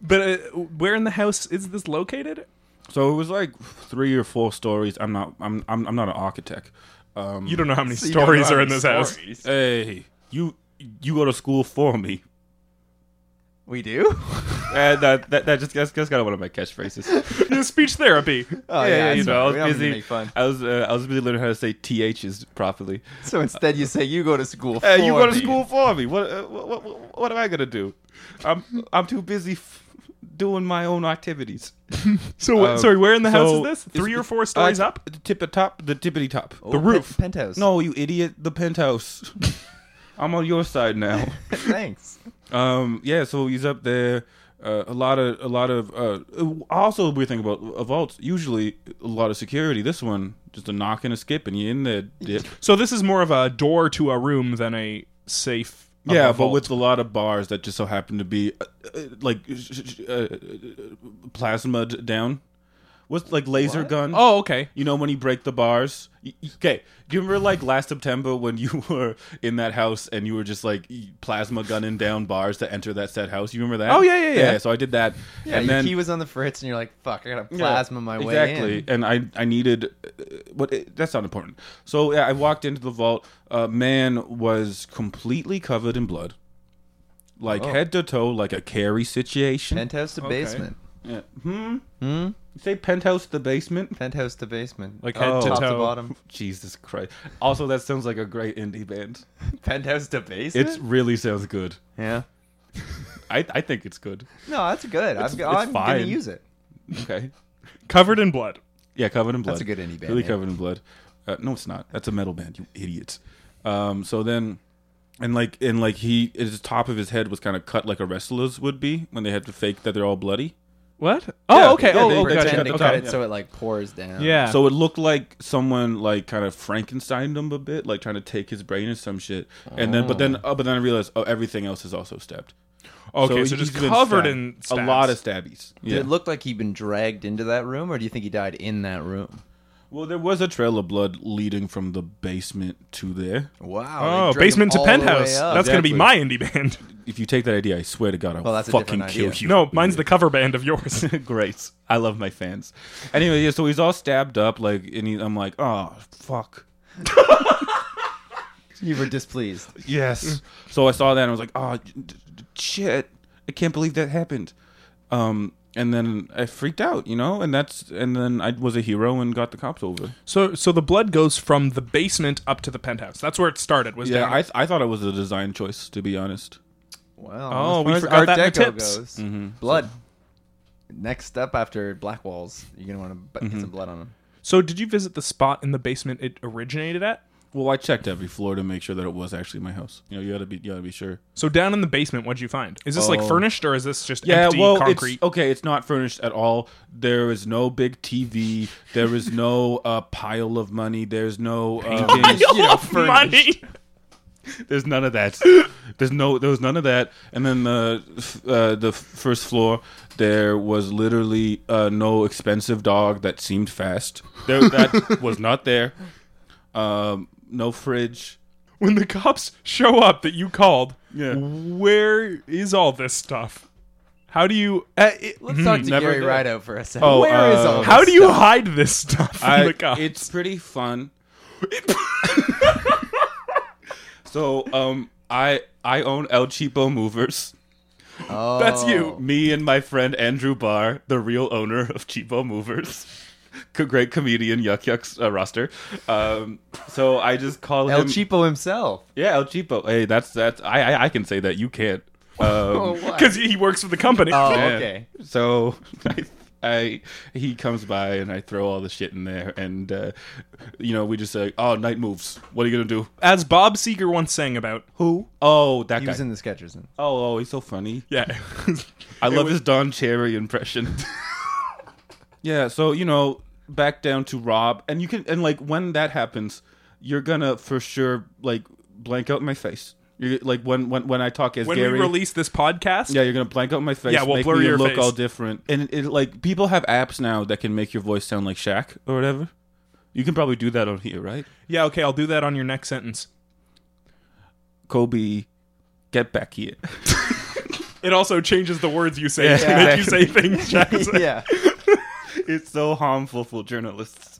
Speaker 1: But uh, where in the house is this located?
Speaker 3: So it was like three or four stories. I'm not. I'm. I'm. I'm not an architect. Um,
Speaker 1: You don't know how many
Speaker 2: you don't know
Speaker 1: stories
Speaker 2: how
Speaker 1: are in
Speaker 2: many
Speaker 1: this house.
Speaker 2: stories.
Speaker 3: Hey, you. You go to school for me.
Speaker 2: We do? Oh,
Speaker 3: And Eh, that, that, that just that's, that's kind of one of my catchphrases.
Speaker 1: Speech therapy.
Speaker 2: Oh, yeah,
Speaker 3: you
Speaker 2: that's
Speaker 3: know, I
Speaker 2: right.
Speaker 3: was
Speaker 2: We don't need to
Speaker 3: busy.
Speaker 2: make fun.
Speaker 3: I was uh, I was busy learning how to say ths properly.
Speaker 2: So instead, you say you go to school.
Speaker 3: Hey, you
Speaker 2: for
Speaker 3: go to
Speaker 2: me.
Speaker 3: school for me. What uh, what, what what- what am I gonna do? I'm I'm too busy f- doing my own activities.
Speaker 1: So
Speaker 3: Um,
Speaker 1: sorry, where in the
Speaker 3: so
Speaker 1: house is this?
Speaker 3: it's-
Speaker 1: Three or four stories
Speaker 3: uh,
Speaker 1: up.
Speaker 3: The tip of top. The tippity top.
Speaker 2: Oh,
Speaker 1: the
Speaker 2: pen-
Speaker 1: roof.
Speaker 2: penthouse.
Speaker 3: No, you idiot. The penthouse. I'm on your side now.
Speaker 2: Thanks.
Speaker 3: Um, yeah, so he's up there. Uh, a lot of, a lot of. Uh, also, we think about uh, vaults. Usually, a lot of security. This one, just a knock and a skip, and you're in there. Dip.
Speaker 1: So this is more of a door to a room than a safe. of
Speaker 3: Yeah,
Speaker 1: a
Speaker 3: but
Speaker 1: vault.
Speaker 3: with a lot of bars that just so happen to be uh, uh, like sh- sh- sh- uh, plasma d- down. What's like laser gun?
Speaker 1: oh okay,
Speaker 3: You know when you break the bars? Y- y- Okay, do you remember like last September when you were in that house and you were just like y- plasma gunning down bars to enter that said house? You remember that?
Speaker 1: Oh, yeah, yeah, yeah.
Speaker 3: so I did that.
Speaker 2: Yeah,
Speaker 3: and
Speaker 2: your
Speaker 3: then
Speaker 2: key was on the fritz, and you're like, "Fuck, I gotta
Speaker 3: Yeah,
Speaker 2: plasma my way
Speaker 3: exactly.
Speaker 2: in."
Speaker 3: And I I needed uh, what it, that's not important. So yeah, I walked into the vault. A man was completely covered in blood. Like
Speaker 2: Oh.
Speaker 3: head to toe like a carry situation.
Speaker 2: Penthouse to basement.
Speaker 3: yeah. Hmm. You say penthouse to the basement?
Speaker 2: Penthouse to basement.
Speaker 1: Like head
Speaker 3: Oh.
Speaker 1: to
Speaker 2: top to
Speaker 1: toe.
Speaker 2: bottom.
Speaker 3: Jesus Christ. Also that sounds like a great indie band.
Speaker 2: Penthouse to basement.
Speaker 3: It really sounds good.
Speaker 2: yeah.
Speaker 3: I, I think it's good.
Speaker 2: No, that's good. I'm,
Speaker 3: it's
Speaker 2: I'm gonna
Speaker 3: fine.
Speaker 2: use it.
Speaker 3: Okay.
Speaker 1: covered in blood.
Speaker 3: Yeah, covered in blood.
Speaker 2: That's a good indie band
Speaker 3: Really
Speaker 2: name.
Speaker 3: covered in blood. Uh, no, it's not. That's a metal band. You idiots. Um, so then, and like, and like, he his top of his head was kind of cut like a wrestler's would be when they had to fake that they're all bloody.
Speaker 1: What? Oh
Speaker 3: Yeah,
Speaker 1: okay.
Speaker 3: yeah,
Speaker 1: oh
Speaker 3: they-
Speaker 1: oh,
Speaker 3: they
Speaker 1: gotcha.
Speaker 3: check
Speaker 2: And they
Speaker 3: the
Speaker 1: Okay.
Speaker 2: cut
Speaker 3: top,
Speaker 2: it
Speaker 3: yeah.
Speaker 2: so it like pours down.
Speaker 1: Yeah.
Speaker 3: So it looked like someone like kind of Frankensteined him a bit, like trying to take his brain or some shit. And then, but then, oh, but then I realized, oh, everything else is also stabbed.
Speaker 1: okay, so,
Speaker 3: he's
Speaker 1: just
Speaker 3: been
Speaker 1: covered
Speaker 3: stabbed.
Speaker 1: in
Speaker 3: a
Speaker 1: stabs.
Speaker 3: lot of stabbies.
Speaker 2: Did it look like he'd been dragged into that room, or do you think he died in that room?
Speaker 3: Well, there was a trail of blood leading from the basement to there.
Speaker 1: Oh,
Speaker 2: Wow. they dragged him
Speaker 1: basement to
Speaker 2: all the way
Speaker 1: penthouse.
Speaker 2: up.
Speaker 1: That's gonna be
Speaker 3: Exactly.
Speaker 1: my indie band.
Speaker 3: If you take that idea, I swear to God, I'll
Speaker 2: Well, that's a
Speaker 3: fucking
Speaker 2: different
Speaker 3: kill
Speaker 2: idea.
Speaker 3: you.
Speaker 1: No, mine's the cover band of yours.
Speaker 3: Great. I love my fans. Anyway, yeah, so he's all stabbed up, like, and he, I'm like, oh, fuck.
Speaker 2: you were displeased.
Speaker 3: Yes. Mm. so I saw that and I was like, oh, d- d- d- shit. I can't believe that happened. Um, and then I freaked out, you know, and that's, and then I was a hero and got the cops over.
Speaker 1: so so the blood goes from the basement up to the penthouse. That's where it started. Was
Speaker 3: Yeah,
Speaker 1: down-
Speaker 3: I, th- I thought it was a design choice, to be honest.
Speaker 2: Wow.
Speaker 1: Oh,
Speaker 2: as
Speaker 1: we
Speaker 2: far as
Speaker 1: forgot that in the
Speaker 2: Art Deco
Speaker 1: tips.
Speaker 2: goes, blood. Next up after black walls, you're gonna want to
Speaker 1: Mm-hmm.
Speaker 2: get some blood on him.
Speaker 1: so did you visit the spot in the basement it originated at?
Speaker 3: Well, I checked every floor to make sure that it was actually my house. You know, you gotta be, you gotta be sure.
Speaker 1: So down in the basement, what'd you find? Is this like
Speaker 3: Oh.
Speaker 1: furnished or is this just
Speaker 3: Yeah,
Speaker 1: empty
Speaker 3: well,
Speaker 1: concrete?
Speaker 3: it's okay. It's not furnished at all. There is no big TV. There is no uh, pile of money. There's no uh,
Speaker 1: I
Speaker 2: you know,
Speaker 1: love money.
Speaker 3: There's none of that. There's no. There was none of that. And then the f- uh, the first floor, there was literally uh, no expensive dog that seemed fast. There, that was not there. Um, no fridge.
Speaker 1: When the cops show up that you called,
Speaker 3: Yeah.
Speaker 1: where is all this stuff? How do you? Uh, it-
Speaker 2: Let's talk to
Speaker 3: never
Speaker 2: Gary
Speaker 3: did.
Speaker 2: Rideout for a second.
Speaker 3: Oh,
Speaker 2: Where is
Speaker 3: uh,
Speaker 2: all
Speaker 1: how
Speaker 2: this
Speaker 1: do you
Speaker 2: stuff?
Speaker 1: hide this stuff from
Speaker 3: I-
Speaker 1: the cops?
Speaker 3: It's pretty fun. so um, I I own El Cheapo Movers.
Speaker 2: Oh.
Speaker 1: That's you.
Speaker 3: Me and my friend Andrew Barr, the real owner of Cheapo Movers. co- Great comedian, Yuck Yuck's uh, roster. Um, so I just call
Speaker 2: El
Speaker 3: him.
Speaker 2: Cheapo himself.
Speaker 3: yeah, El Cheapo. Hey, that's that's. I I, I can say that you can't.
Speaker 2: Oh,
Speaker 3: Um,
Speaker 2: what?
Speaker 1: Because he works for the company.
Speaker 2: Oh,
Speaker 3: yeah.
Speaker 2: okay.
Speaker 3: So I, I he comes by and I throw all the shit in there, and uh, you know we just say, "Oh, night moves. What are you gonna do?"
Speaker 1: As Bob Seeger once sang about.
Speaker 3: Who? Oh, that
Speaker 2: He
Speaker 3: guy.
Speaker 2: was in the Skechers. and-
Speaker 3: oh, oh, he's so funny.
Speaker 1: Yeah.
Speaker 3: I love his Don Cherry impression. yeah, so you know, back down to Rob, and you can, and like when that happens, you're gonna for sure like blank out my face. You're like when when when I talk as
Speaker 1: when
Speaker 3: Gary.
Speaker 1: we release this podcast,
Speaker 3: yeah, you're gonna blank out my face.
Speaker 1: Yeah, we'll
Speaker 3: make
Speaker 1: blur
Speaker 3: me
Speaker 1: your
Speaker 3: look
Speaker 1: face.
Speaker 3: all different, and it, like people have apps now that can make your voice sound like Shaq or whatever. You can probably do that on here, right?
Speaker 1: yeah, okay, I'll do that on your next sentence.
Speaker 3: Kobe, get back here.
Speaker 1: It also changes the words you say
Speaker 3: Yeah,
Speaker 1: to make
Speaker 3: exactly.
Speaker 1: you say things. Jackson.
Speaker 2: yeah.
Speaker 3: it's so harmful for journalists.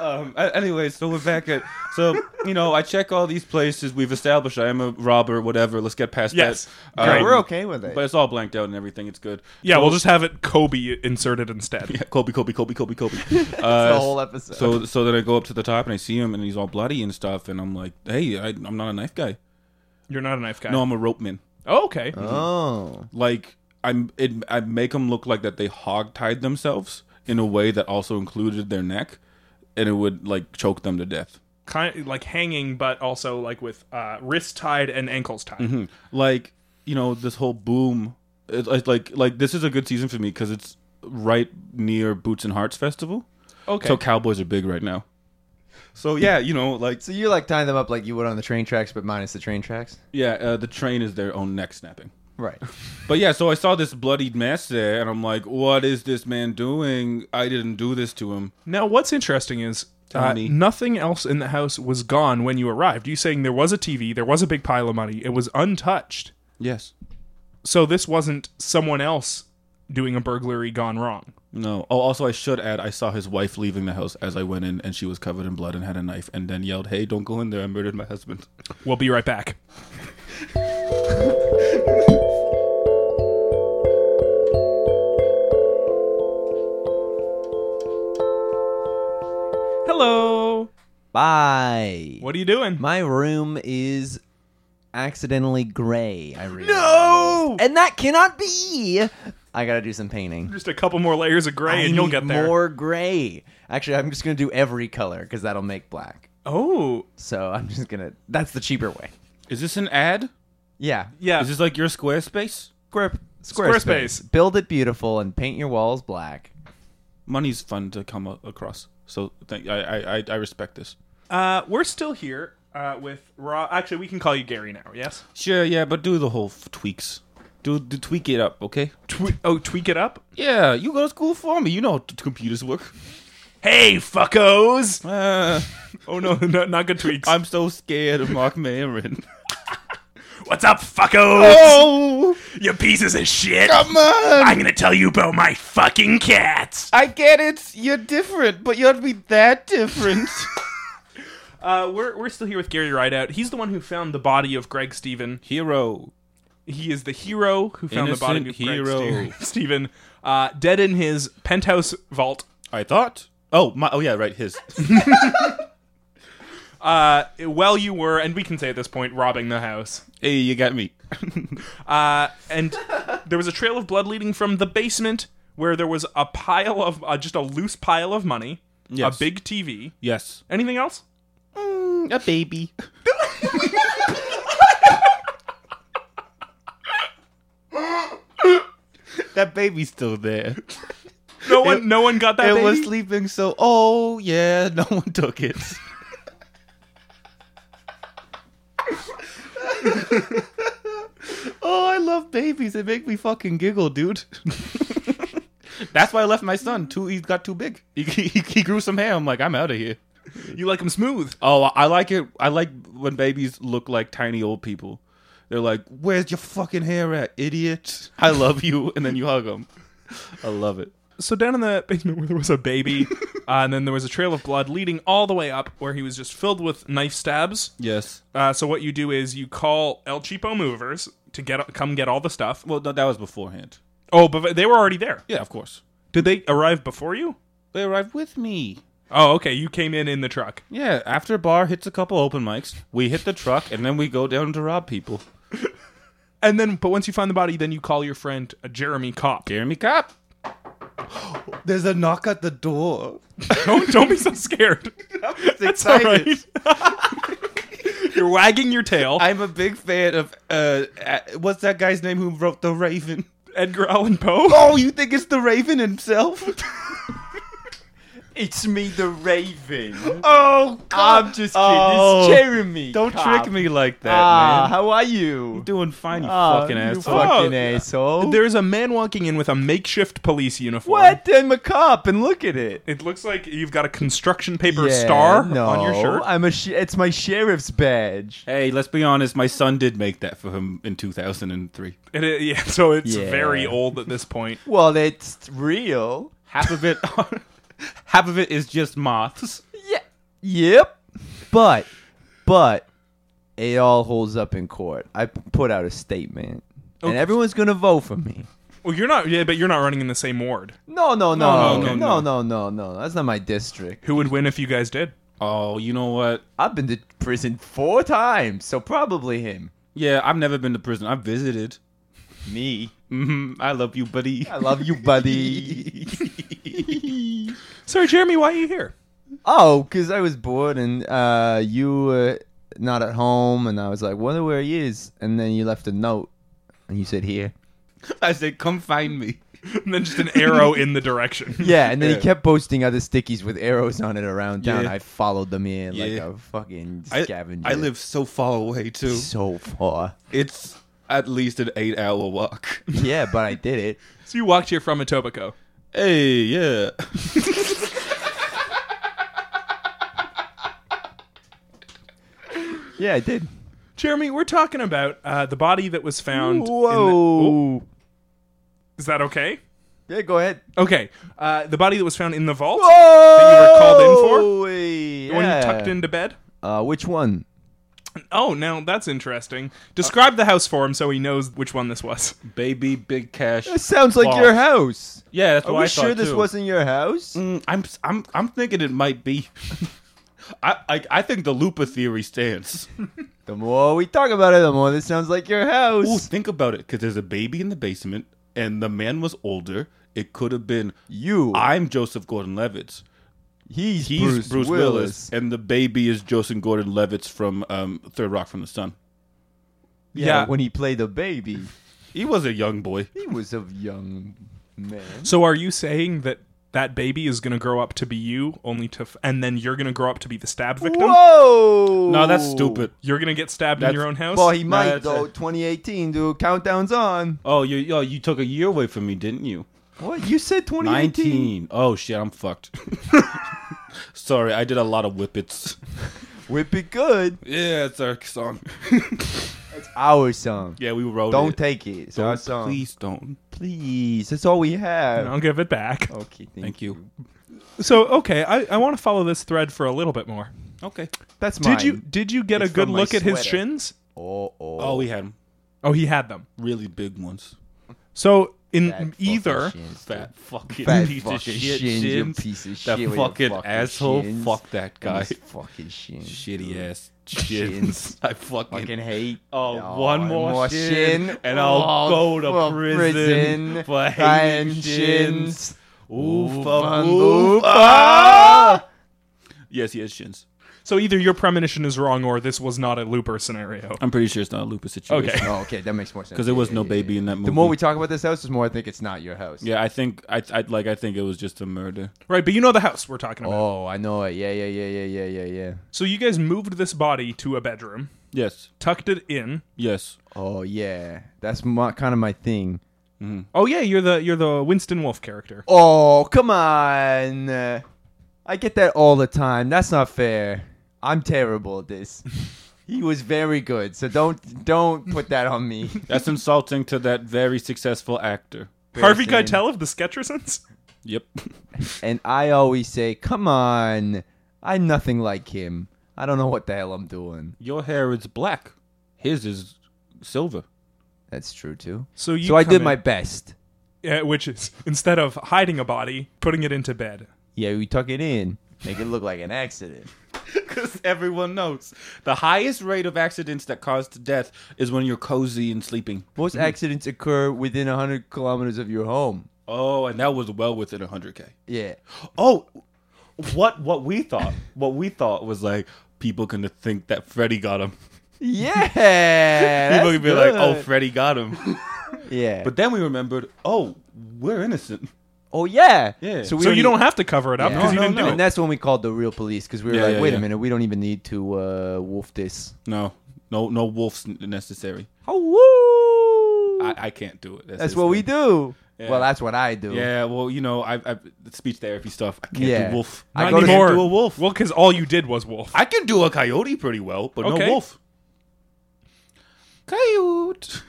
Speaker 3: um, a- anyway, so we're back at so you know I check all these places we've established. I am a robber, whatever. Let's get past
Speaker 1: Yes.
Speaker 3: that. Um,
Speaker 1: Great.
Speaker 2: Yeah, We're okay with it.
Speaker 3: but it's all blanked out and everything. It's good.
Speaker 1: Yeah,
Speaker 3: So-
Speaker 1: we'll just have it Kobe inserted instead.
Speaker 3: yeah, Kobe, Kobe, Kobe, Kobe, Kobe.
Speaker 2: the
Speaker 3: Uh,
Speaker 2: whole episode.
Speaker 3: so so then I go up to the top and I see him and he's all bloody and stuff and I'm like, hey, I, I'm not a knife guy.
Speaker 1: You're not a knife guy.
Speaker 3: No, Uh. I'm a rope man.
Speaker 1: Oh, okay.
Speaker 2: oh.
Speaker 3: like I'm it I make them look like that they hog tied themselves in a way that also included their neck and it would like choke them to death.
Speaker 1: kind like hanging, but also like with uh, wrists tied and ankles tied.
Speaker 3: Mm-hmm. like you know this whole boom it's it's like like this is a good season for me because it's right near boots and hearts festival
Speaker 1: Okay,
Speaker 3: so cowboys are big right now so yeah you know like
Speaker 2: So you like tying them up like you would on the train tracks, but minus the train tracks.
Speaker 3: yeah uh, the train is their own neck snapping
Speaker 2: Right.
Speaker 3: but yeah so i saw this bloodied mess there and i'm like what is this man doing i didn't do this to him
Speaker 1: now what's interesting is. Uh,
Speaker 3: me.
Speaker 1: nothing else in the house was gone when you arrived. You saying there was a TV, there was a big pile of money. It was untouched.
Speaker 3: yes
Speaker 1: So this wasn't someone else doing a burglary gone wrong.
Speaker 3: no oh also i should add i saw his wife leaving the house as i went in and she was covered in blood and had a knife and then yelled hey don't go in there i murdered my husband
Speaker 1: We'll be right back. Hello.
Speaker 2: Bye.
Speaker 1: What are you doing?
Speaker 2: My room is accidentally gray. I realize.
Speaker 1: no.
Speaker 2: and that cannot be. I gotta do some painting.
Speaker 1: Just a couple more layers of gray, and you'll
Speaker 2: I
Speaker 1: get
Speaker 2: need
Speaker 1: there.
Speaker 2: More gray. Actually, I'm just gonna do every color because that'll make black.
Speaker 1: Oh,
Speaker 2: So I'm just gonna. That's the cheaper way.
Speaker 3: is this an ad
Speaker 2: Yeah.
Speaker 1: yeah.
Speaker 3: is this like your squarespace
Speaker 2: Square,
Speaker 1: Squarespace.
Speaker 2: Build it beautiful and paint your walls black.
Speaker 3: money's fun to come a- across. So thank, I, I I- I respect this.
Speaker 1: uh, we're still here uh, with Rob. Actually, we can call you Gary now. Yes.
Speaker 3: Sure, yeah, but do the whole f- tweaks. Do, do tweak it up, okay?
Speaker 1: Twe- oh, tweak it up.
Speaker 3: Yeah, you go to school for me. You know how t- computers work.
Speaker 1: Hey, fuckos.
Speaker 3: Uh,
Speaker 1: Oh no, not, not good tweaks.
Speaker 3: I'm so scared of Mark Maron.
Speaker 1: What's up, fuckos?
Speaker 3: oh,
Speaker 1: You pieces of shit.
Speaker 3: come on!
Speaker 1: I'm gonna tell you about my fucking cats.
Speaker 3: I get it. You're different, but you have to be that different.
Speaker 1: Uh, we're we're still here with Gary Rideout. He's the one who found the body of Greg Steven.
Speaker 3: Hero.
Speaker 1: He is the hero who found the body of
Speaker 3: Innocent hero.
Speaker 1: Greg Ste- Steven, uh, dead in his penthouse vault.
Speaker 3: I thought. Oh my. Oh yeah, right. His.
Speaker 1: Uh, well, you were, and we can say at this point, robbing the house.
Speaker 3: hey, you got me.
Speaker 1: Uh, and there was a trail of blood leading from the basement where there was a pile of uh, just a loose pile of money,
Speaker 3: Yes.
Speaker 1: a big TV.
Speaker 3: yes.
Speaker 1: Anything else?
Speaker 3: Mm, a baby. that baby's still there.
Speaker 1: No one, no one got that.
Speaker 3: it was
Speaker 1: baby?
Speaker 3: sleeping, so oh yeah, no one took it. oh, I love babies. They make me fucking giggle, dude. That's why I left my son. Too, he got too big. He, he, he grew some hair. I'm like, I'm out of here.
Speaker 1: you like him smooth.
Speaker 3: Oh, I like it. I like when babies look like tiny old people. They're like, "Where's your fucking hair at, idiot? I love you," and then you hug them. I love it.
Speaker 1: so down in the basement where there was a baby, uh, and then there was a trail of blood leading all the way up where he was just filled with knife stabs.
Speaker 3: Yes.
Speaker 1: Uh, so what you do is you call El Cheapo Movers to get come get all the stuff.
Speaker 3: Well, no, that was beforehand.
Speaker 1: Oh, but they were already there.
Speaker 3: Yeah, of course.
Speaker 1: Did they arrive before you?
Speaker 3: They arrived with me.
Speaker 1: Oh, okay. You came in in the truck.
Speaker 3: Yeah, after Bar hits a couple open mics, we hit the truck, and then we go down to rob people.
Speaker 1: And then, but once you find the body, then you call your friend uh, Jeremy Cop.
Speaker 3: Jeremy Cop. There's a knock at the door.
Speaker 1: Don't, don't be so scared. That's all right. You're wagging your tail.
Speaker 3: I'm a big fan of uh, uh, what's that guy's name who wrote The Raven?
Speaker 1: Edgar Allan Poe.
Speaker 3: Oh, you think it's the Raven himself?
Speaker 4: It's me, the Raven.
Speaker 3: oh,
Speaker 4: I'm just kidding.
Speaker 3: Oh.
Speaker 4: it's Jeremy.
Speaker 3: Don't
Speaker 4: Cobb.
Speaker 3: trick me like that,
Speaker 4: Ah,
Speaker 3: man.
Speaker 4: how are you?
Speaker 3: Doing fine, you
Speaker 4: Ah,
Speaker 3: fucking
Speaker 4: you
Speaker 3: asshole.
Speaker 4: Fucking
Speaker 1: Oh.
Speaker 4: asshole.
Speaker 1: There's a man walking in with a makeshift police uniform.
Speaker 4: what? I'm a cop, and look at it.
Speaker 1: It looks like you've got a construction paper
Speaker 4: Yeah,
Speaker 1: star
Speaker 4: no,
Speaker 1: on your shirt.
Speaker 4: I'm a. Sh- it's my sheriff's badge.
Speaker 3: Hey, let's be honest. My son did make that for him in 2003.
Speaker 1: It i- yeah, so it's
Speaker 4: Yeah.
Speaker 1: very old at this point.
Speaker 4: Well, it's real.
Speaker 3: Half of it, half of it is just moths.
Speaker 4: Yeah.
Speaker 2: Yep. But, but it all holds up in court. I p- put out a statement,
Speaker 1: Okay.
Speaker 2: and everyone's gonna vote for me.
Speaker 1: Well, you're not, yeah, but you're not running in the same ward.
Speaker 2: No, no, no,
Speaker 3: No,
Speaker 2: no,
Speaker 3: no,
Speaker 2: no, no, no, no, That's not my district.
Speaker 1: Who would win if you guys did?
Speaker 3: Oh, you know what?
Speaker 2: I've been to prison four times, so probably him.
Speaker 3: Yeah, I've never been to prison. I've visited.
Speaker 2: Me.
Speaker 3: hmm I love you, buddy.
Speaker 2: I love you, buddy.
Speaker 1: Sorry, Jeremy, why are you here?
Speaker 2: Oh, because I was bored and uh, you were not at home, and I was like, wonder where he is. And then you left a note, and you said here.
Speaker 3: I said, "Come find me."
Speaker 1: and then just an arrow in the direction.
Speaker 2: Yeah, and then
Speaker 3: Yeah.
Speaker 2: he kept posting other stickies with arrows on it around town.
Speaker 3: Yeah.
Speaker 2: I followed them in like
Speaker 3: Yeah.
Speaker 2: a fucking
Speaker 3: I,
Speaker 2: scavenger.
Speaker 3: I live so far away too.
Speaker 2: so far.
Speaker 3: It's at least an eight-hour walk.
Speaker 2: Yeah, but I did it.
Speaker 1: So you walked here from Etobicoke.
Speaker 3: Hey, yeah.
Speaker 2: Yeah, I did.
Speaker 1: Jeremy, we're talking about uh, the body that was found. in the-
Speaker 3: Oh.
Speaker 2: Whoa.
Speaker 1: is that okay?
Speaker 2: Yeah, go ahead.
Speaker 1: Okay. Uh, the body that was found in the vault
Speaker 2: That
Speaker 1: were called in for?
Speaker 2: Yeah.
Speaker 1: when you tucked into bed.
Speaker 2: Uh, which one?
Speaker 1: Oh, now that's interesting. Describe the house for him so he knows which one this was.
Speaker 3: Baby, big cash.
Speaker 2: It sounds like
Speaker 3: Wow.
Speaker 2: your house.
Speaker 3: Yeah, that's
Speaker 2: Are
Speaker 3: what
Speaker 2: we
Speaker 3: I
Speaker 2: sure
Speaker 3: thought,
Speaker 2: this
Speaker 3: too.
Speaker 2: wasn't your house?
Speaker 3: Mm, I'm I'm I'm thinking it might be. I, I I think the Lupa theory stands.
Speaker 2: The more we talk about it, the more this sounds like your
Speaker 3: Ooh,
Speaker 2: house.
Speaker 3: think about it, because there's a baby in the basement, and the man was older. It could have been
Speaker 2: You,
Speaker 3: I'm Joseph Gordon-Levitt.
Speaker 2: he's,
Speaker 3: He's Bruce, Willis. and the baby is Joseph Gordon-Levitt from um, Third Rock from the Sun.
Speaker 2: Yeah,
Speaker 1: Yeah.
Speaker 2: when he played the baby,
Speaker 3: He was a young boy.
Speaker 2: he was a young man.
Speaker 1: So are you saying that that baby is going to grow up to be you, only to, f- and then you're going to grow up to be the stab victim?
Speaker 2: Whoa!
Speaker 3: No, that's stupid.
Speaker 1: You're going to get stabbed in
Speaker 3: That's-
Speaker 1: your own house?
Speaker 2: Well, he
Speaker 3: No,
Speaker 2: might
Speaker 3: that's
Speaker 2: though. 2018, dude. Countdown's on.
Speaker 3: Oh, you oh, you took a year away from me, didn't you?
Speaker 2: What you said? 2018.
Speaker 3: Nineteen. Oh shit, I'm fucked. Sorry, I did a lot of whippets.
Speaker 2: Whip it good.
Speaker 3: Yeah, it's our song.
Speaker 2: It's our song.
Speaker 3: yeah, we wrote
Speaker 2: Don't
Speaker 3: it.
Speaker 2: take it. It's our
Speaker 3: Don't,
Speaker 2: song.
Speaker 3: please don't.
Speaker 2: Please, That's all we have.
Speaker 1: I'll give it back.
Speaker 2: Okay. Thank,
Speaker 3: Thank you.
Speaker 1: So, okay, I, I want to follow this thread for a little bit more.
Speaker 3: Okay.
Speaker 2: That's mine.
Speaker 1: Did you did you get
Speaker 2: It's
Speaker 1: a good
Speaker 2: from my
Speaker 1: look at his
Speaker 2: sweater.
Speaker 1: shins?
Speaker 2: Oh, oh.
Speaker 3: Oh, we had 'em.
Speaker 1: Oh, he had them.
Speaker 3: really big ones.
Speaker 1: So in
Speaker 2: Fat
Speaker 1: either
Speaker 2: fucking shins,
Speaker 3: Fat fucking
Speaker 2: Fat
Speaker 3: piece
Speaker 2: fucking
Speaker 3: of shit,
Speaker 2: shins, you
Speaker 3: Sims.
Speaker 2: piece of
Speaker 3: that
Speaker 2: shit with your
Speaker 3: fucking,
Speaker 2: fucking
Speaker 3: asshole.
Speaker 2: shins
Speaker 3: Fuck that
Speaker 2: dude.
Speaker 3: guy.
Speaker 2: And his fucking shins.
Speaker 3: Shitty
Speaker 2: dude.
Speaker 3: ass
Speaker 2: Shins.
Speaker 3: shins. I fucking.
Speaker 2: Fucking hate.
Speaker 3: Oh,
Speaker 2: Oh,
Speaker 3: one more,
Speaker 2: more
Speaker 3: shin,
Speaker 2: shin.
Speaker 3: and I'll
Speaker 2: Oh,
Speaker 3: go to
Speaker 2: for
Speaker 3: prison,
Speaker 2: prison.
Speaker 3: for
Speaker 2: Iron
Speaker 3: hating
Speaker 2: shins.
Speaker 3: shins. Oof,
Speaker 2: Oofa, oofa.
Speaker 3: oof, ah. Yes, he has shins.
Speaker 1: so either your premonition is wrong or this was not a looper scenario.
Speaker 3: I'm pretty sure it's not a lupus situation.
Speaker 1: Okay.
Speaker 2: Oh, okay, that makes more sense.
Speaker 3: because there
Speaker 2: Yeah,
Speaker 3: was
Speaker 2: yeah,
Speaker 3: no
Speaker 2: yeah,
Speaker 3: baby
Speaker 2: yeah.
Speaker 3: in that movie.
Speaker 2: The more we talk about this house, the more I think it's not your house.
Speaker 3: yeah, I think I, I like. I think it was just a murder.
Speaker 1: Right, but you know the house we're talking about.
Speaker 2: Oh, I know it. Yeah, yeah, yeah, yeah, yeah, yeah, yeah.
Speaker 1: So you guys moved this body to a bedroom,
Speaker 3: Yes,
Speaker 1: tucked it in.
Speaker 3: yes.
Speaker 2: Oh, yeah. That's my kind of my thing.
Speaker 1: Oh yeah, you're the you're the Winston Wolf character.
Speaker 2: Oh, come on. Uh, I get that all the time. That's not fair. I'm terrible at this. he was very good, so don't don't put that on me.
Speaker 3: That's insulting to that very successful actor.
Speaker 1: Harvey
Speaker 2: Person.
Speaker 1: Keitel of the Sketchersons.
Speaker 3: Yep.
Speaker 2: And I always say, "Come on. I'm nothing like him. I don't know what the hell I'm doing."
Speaker 3: Your hair is black. His is silver.
Speaker 2: That's true too.
Speaker 1: So you
Speaker 2: so I
Speaker 1: come
Speaker 2: did
Speaker 1: in-
Speaker 2: my best.
Speaker 1: Yeah, which is instead of hiding a body, putting it into bed.
Speaker 2: Yeah, we tuck it in, make it look like an accident.
Speaker 3: Because everyone knows the highest rate of accidents that cause to death is when you're cozy and sleeping.
Speaker 2: Most accidents occur within 100 kilometers of your home.
Speaker 3: Oh, and that was well within 100k.
Speaker 2: Yeah.
Speaker 3: Oh, what what we thought, what we thought was like people gonna think that Freddy got him.
Speaker 2: Yeah. that's
Speaker 3: People gonna be like, oh,
Speaker 2: good.
Speaker 3: Freddy got him.
Speaker 2: yeah.
Speaker 3: But then we remembered, oh, we're innocent.
Speaker 2: Oh yeah.
Speaker 3: Yeah.
Speaker 1: So you don't have to cover it up
Speaker 2: Yeah.
Speaker 1: because
Speaker 3: No,
Speaker 1: you
Speaker 3: no,
Speaker 1: didn't
Speaker 3: no.
Speaker 1: do it.
Speaker 2: And that's when we called the real police because we were
Speaker 3: Yeah,
Speaker 2: like,
Speaker 3: yeah,
Speaker 2: wait
Speaker 3: yeah.
Speaker 2: a minute, we don't even need to uh, wolf this.
Speaker 3: No, no, no wolves n- necessary.
Speaker 2: Oh woo!
Speaker 3: I, I can't do it.
Speaker 2: that's
Speaker 3: his
Speaker 2: what we
Speaker 3: thing.
Speaker 2: do.
Speaker 3: Yeah.
Speaker 2: Well, that's what I do.
Speaker 3: Yeah, well, you know, I, I speech therapy stuff. I can't
Speaker 2: Yeah.
Speaker 3: do wolf.
Speaker 2: I
Speaker 1: Not
Speaker 2: go to-
Speaker 1: anymore.
Speaker 3: Can't do a wolf.
Speaker 1: Well, because all you did was wolf.
Speaker 3: I can do a coyote pretty well, but
Speaker 1: Okay.
Speaker 3: no wolf. Coyote.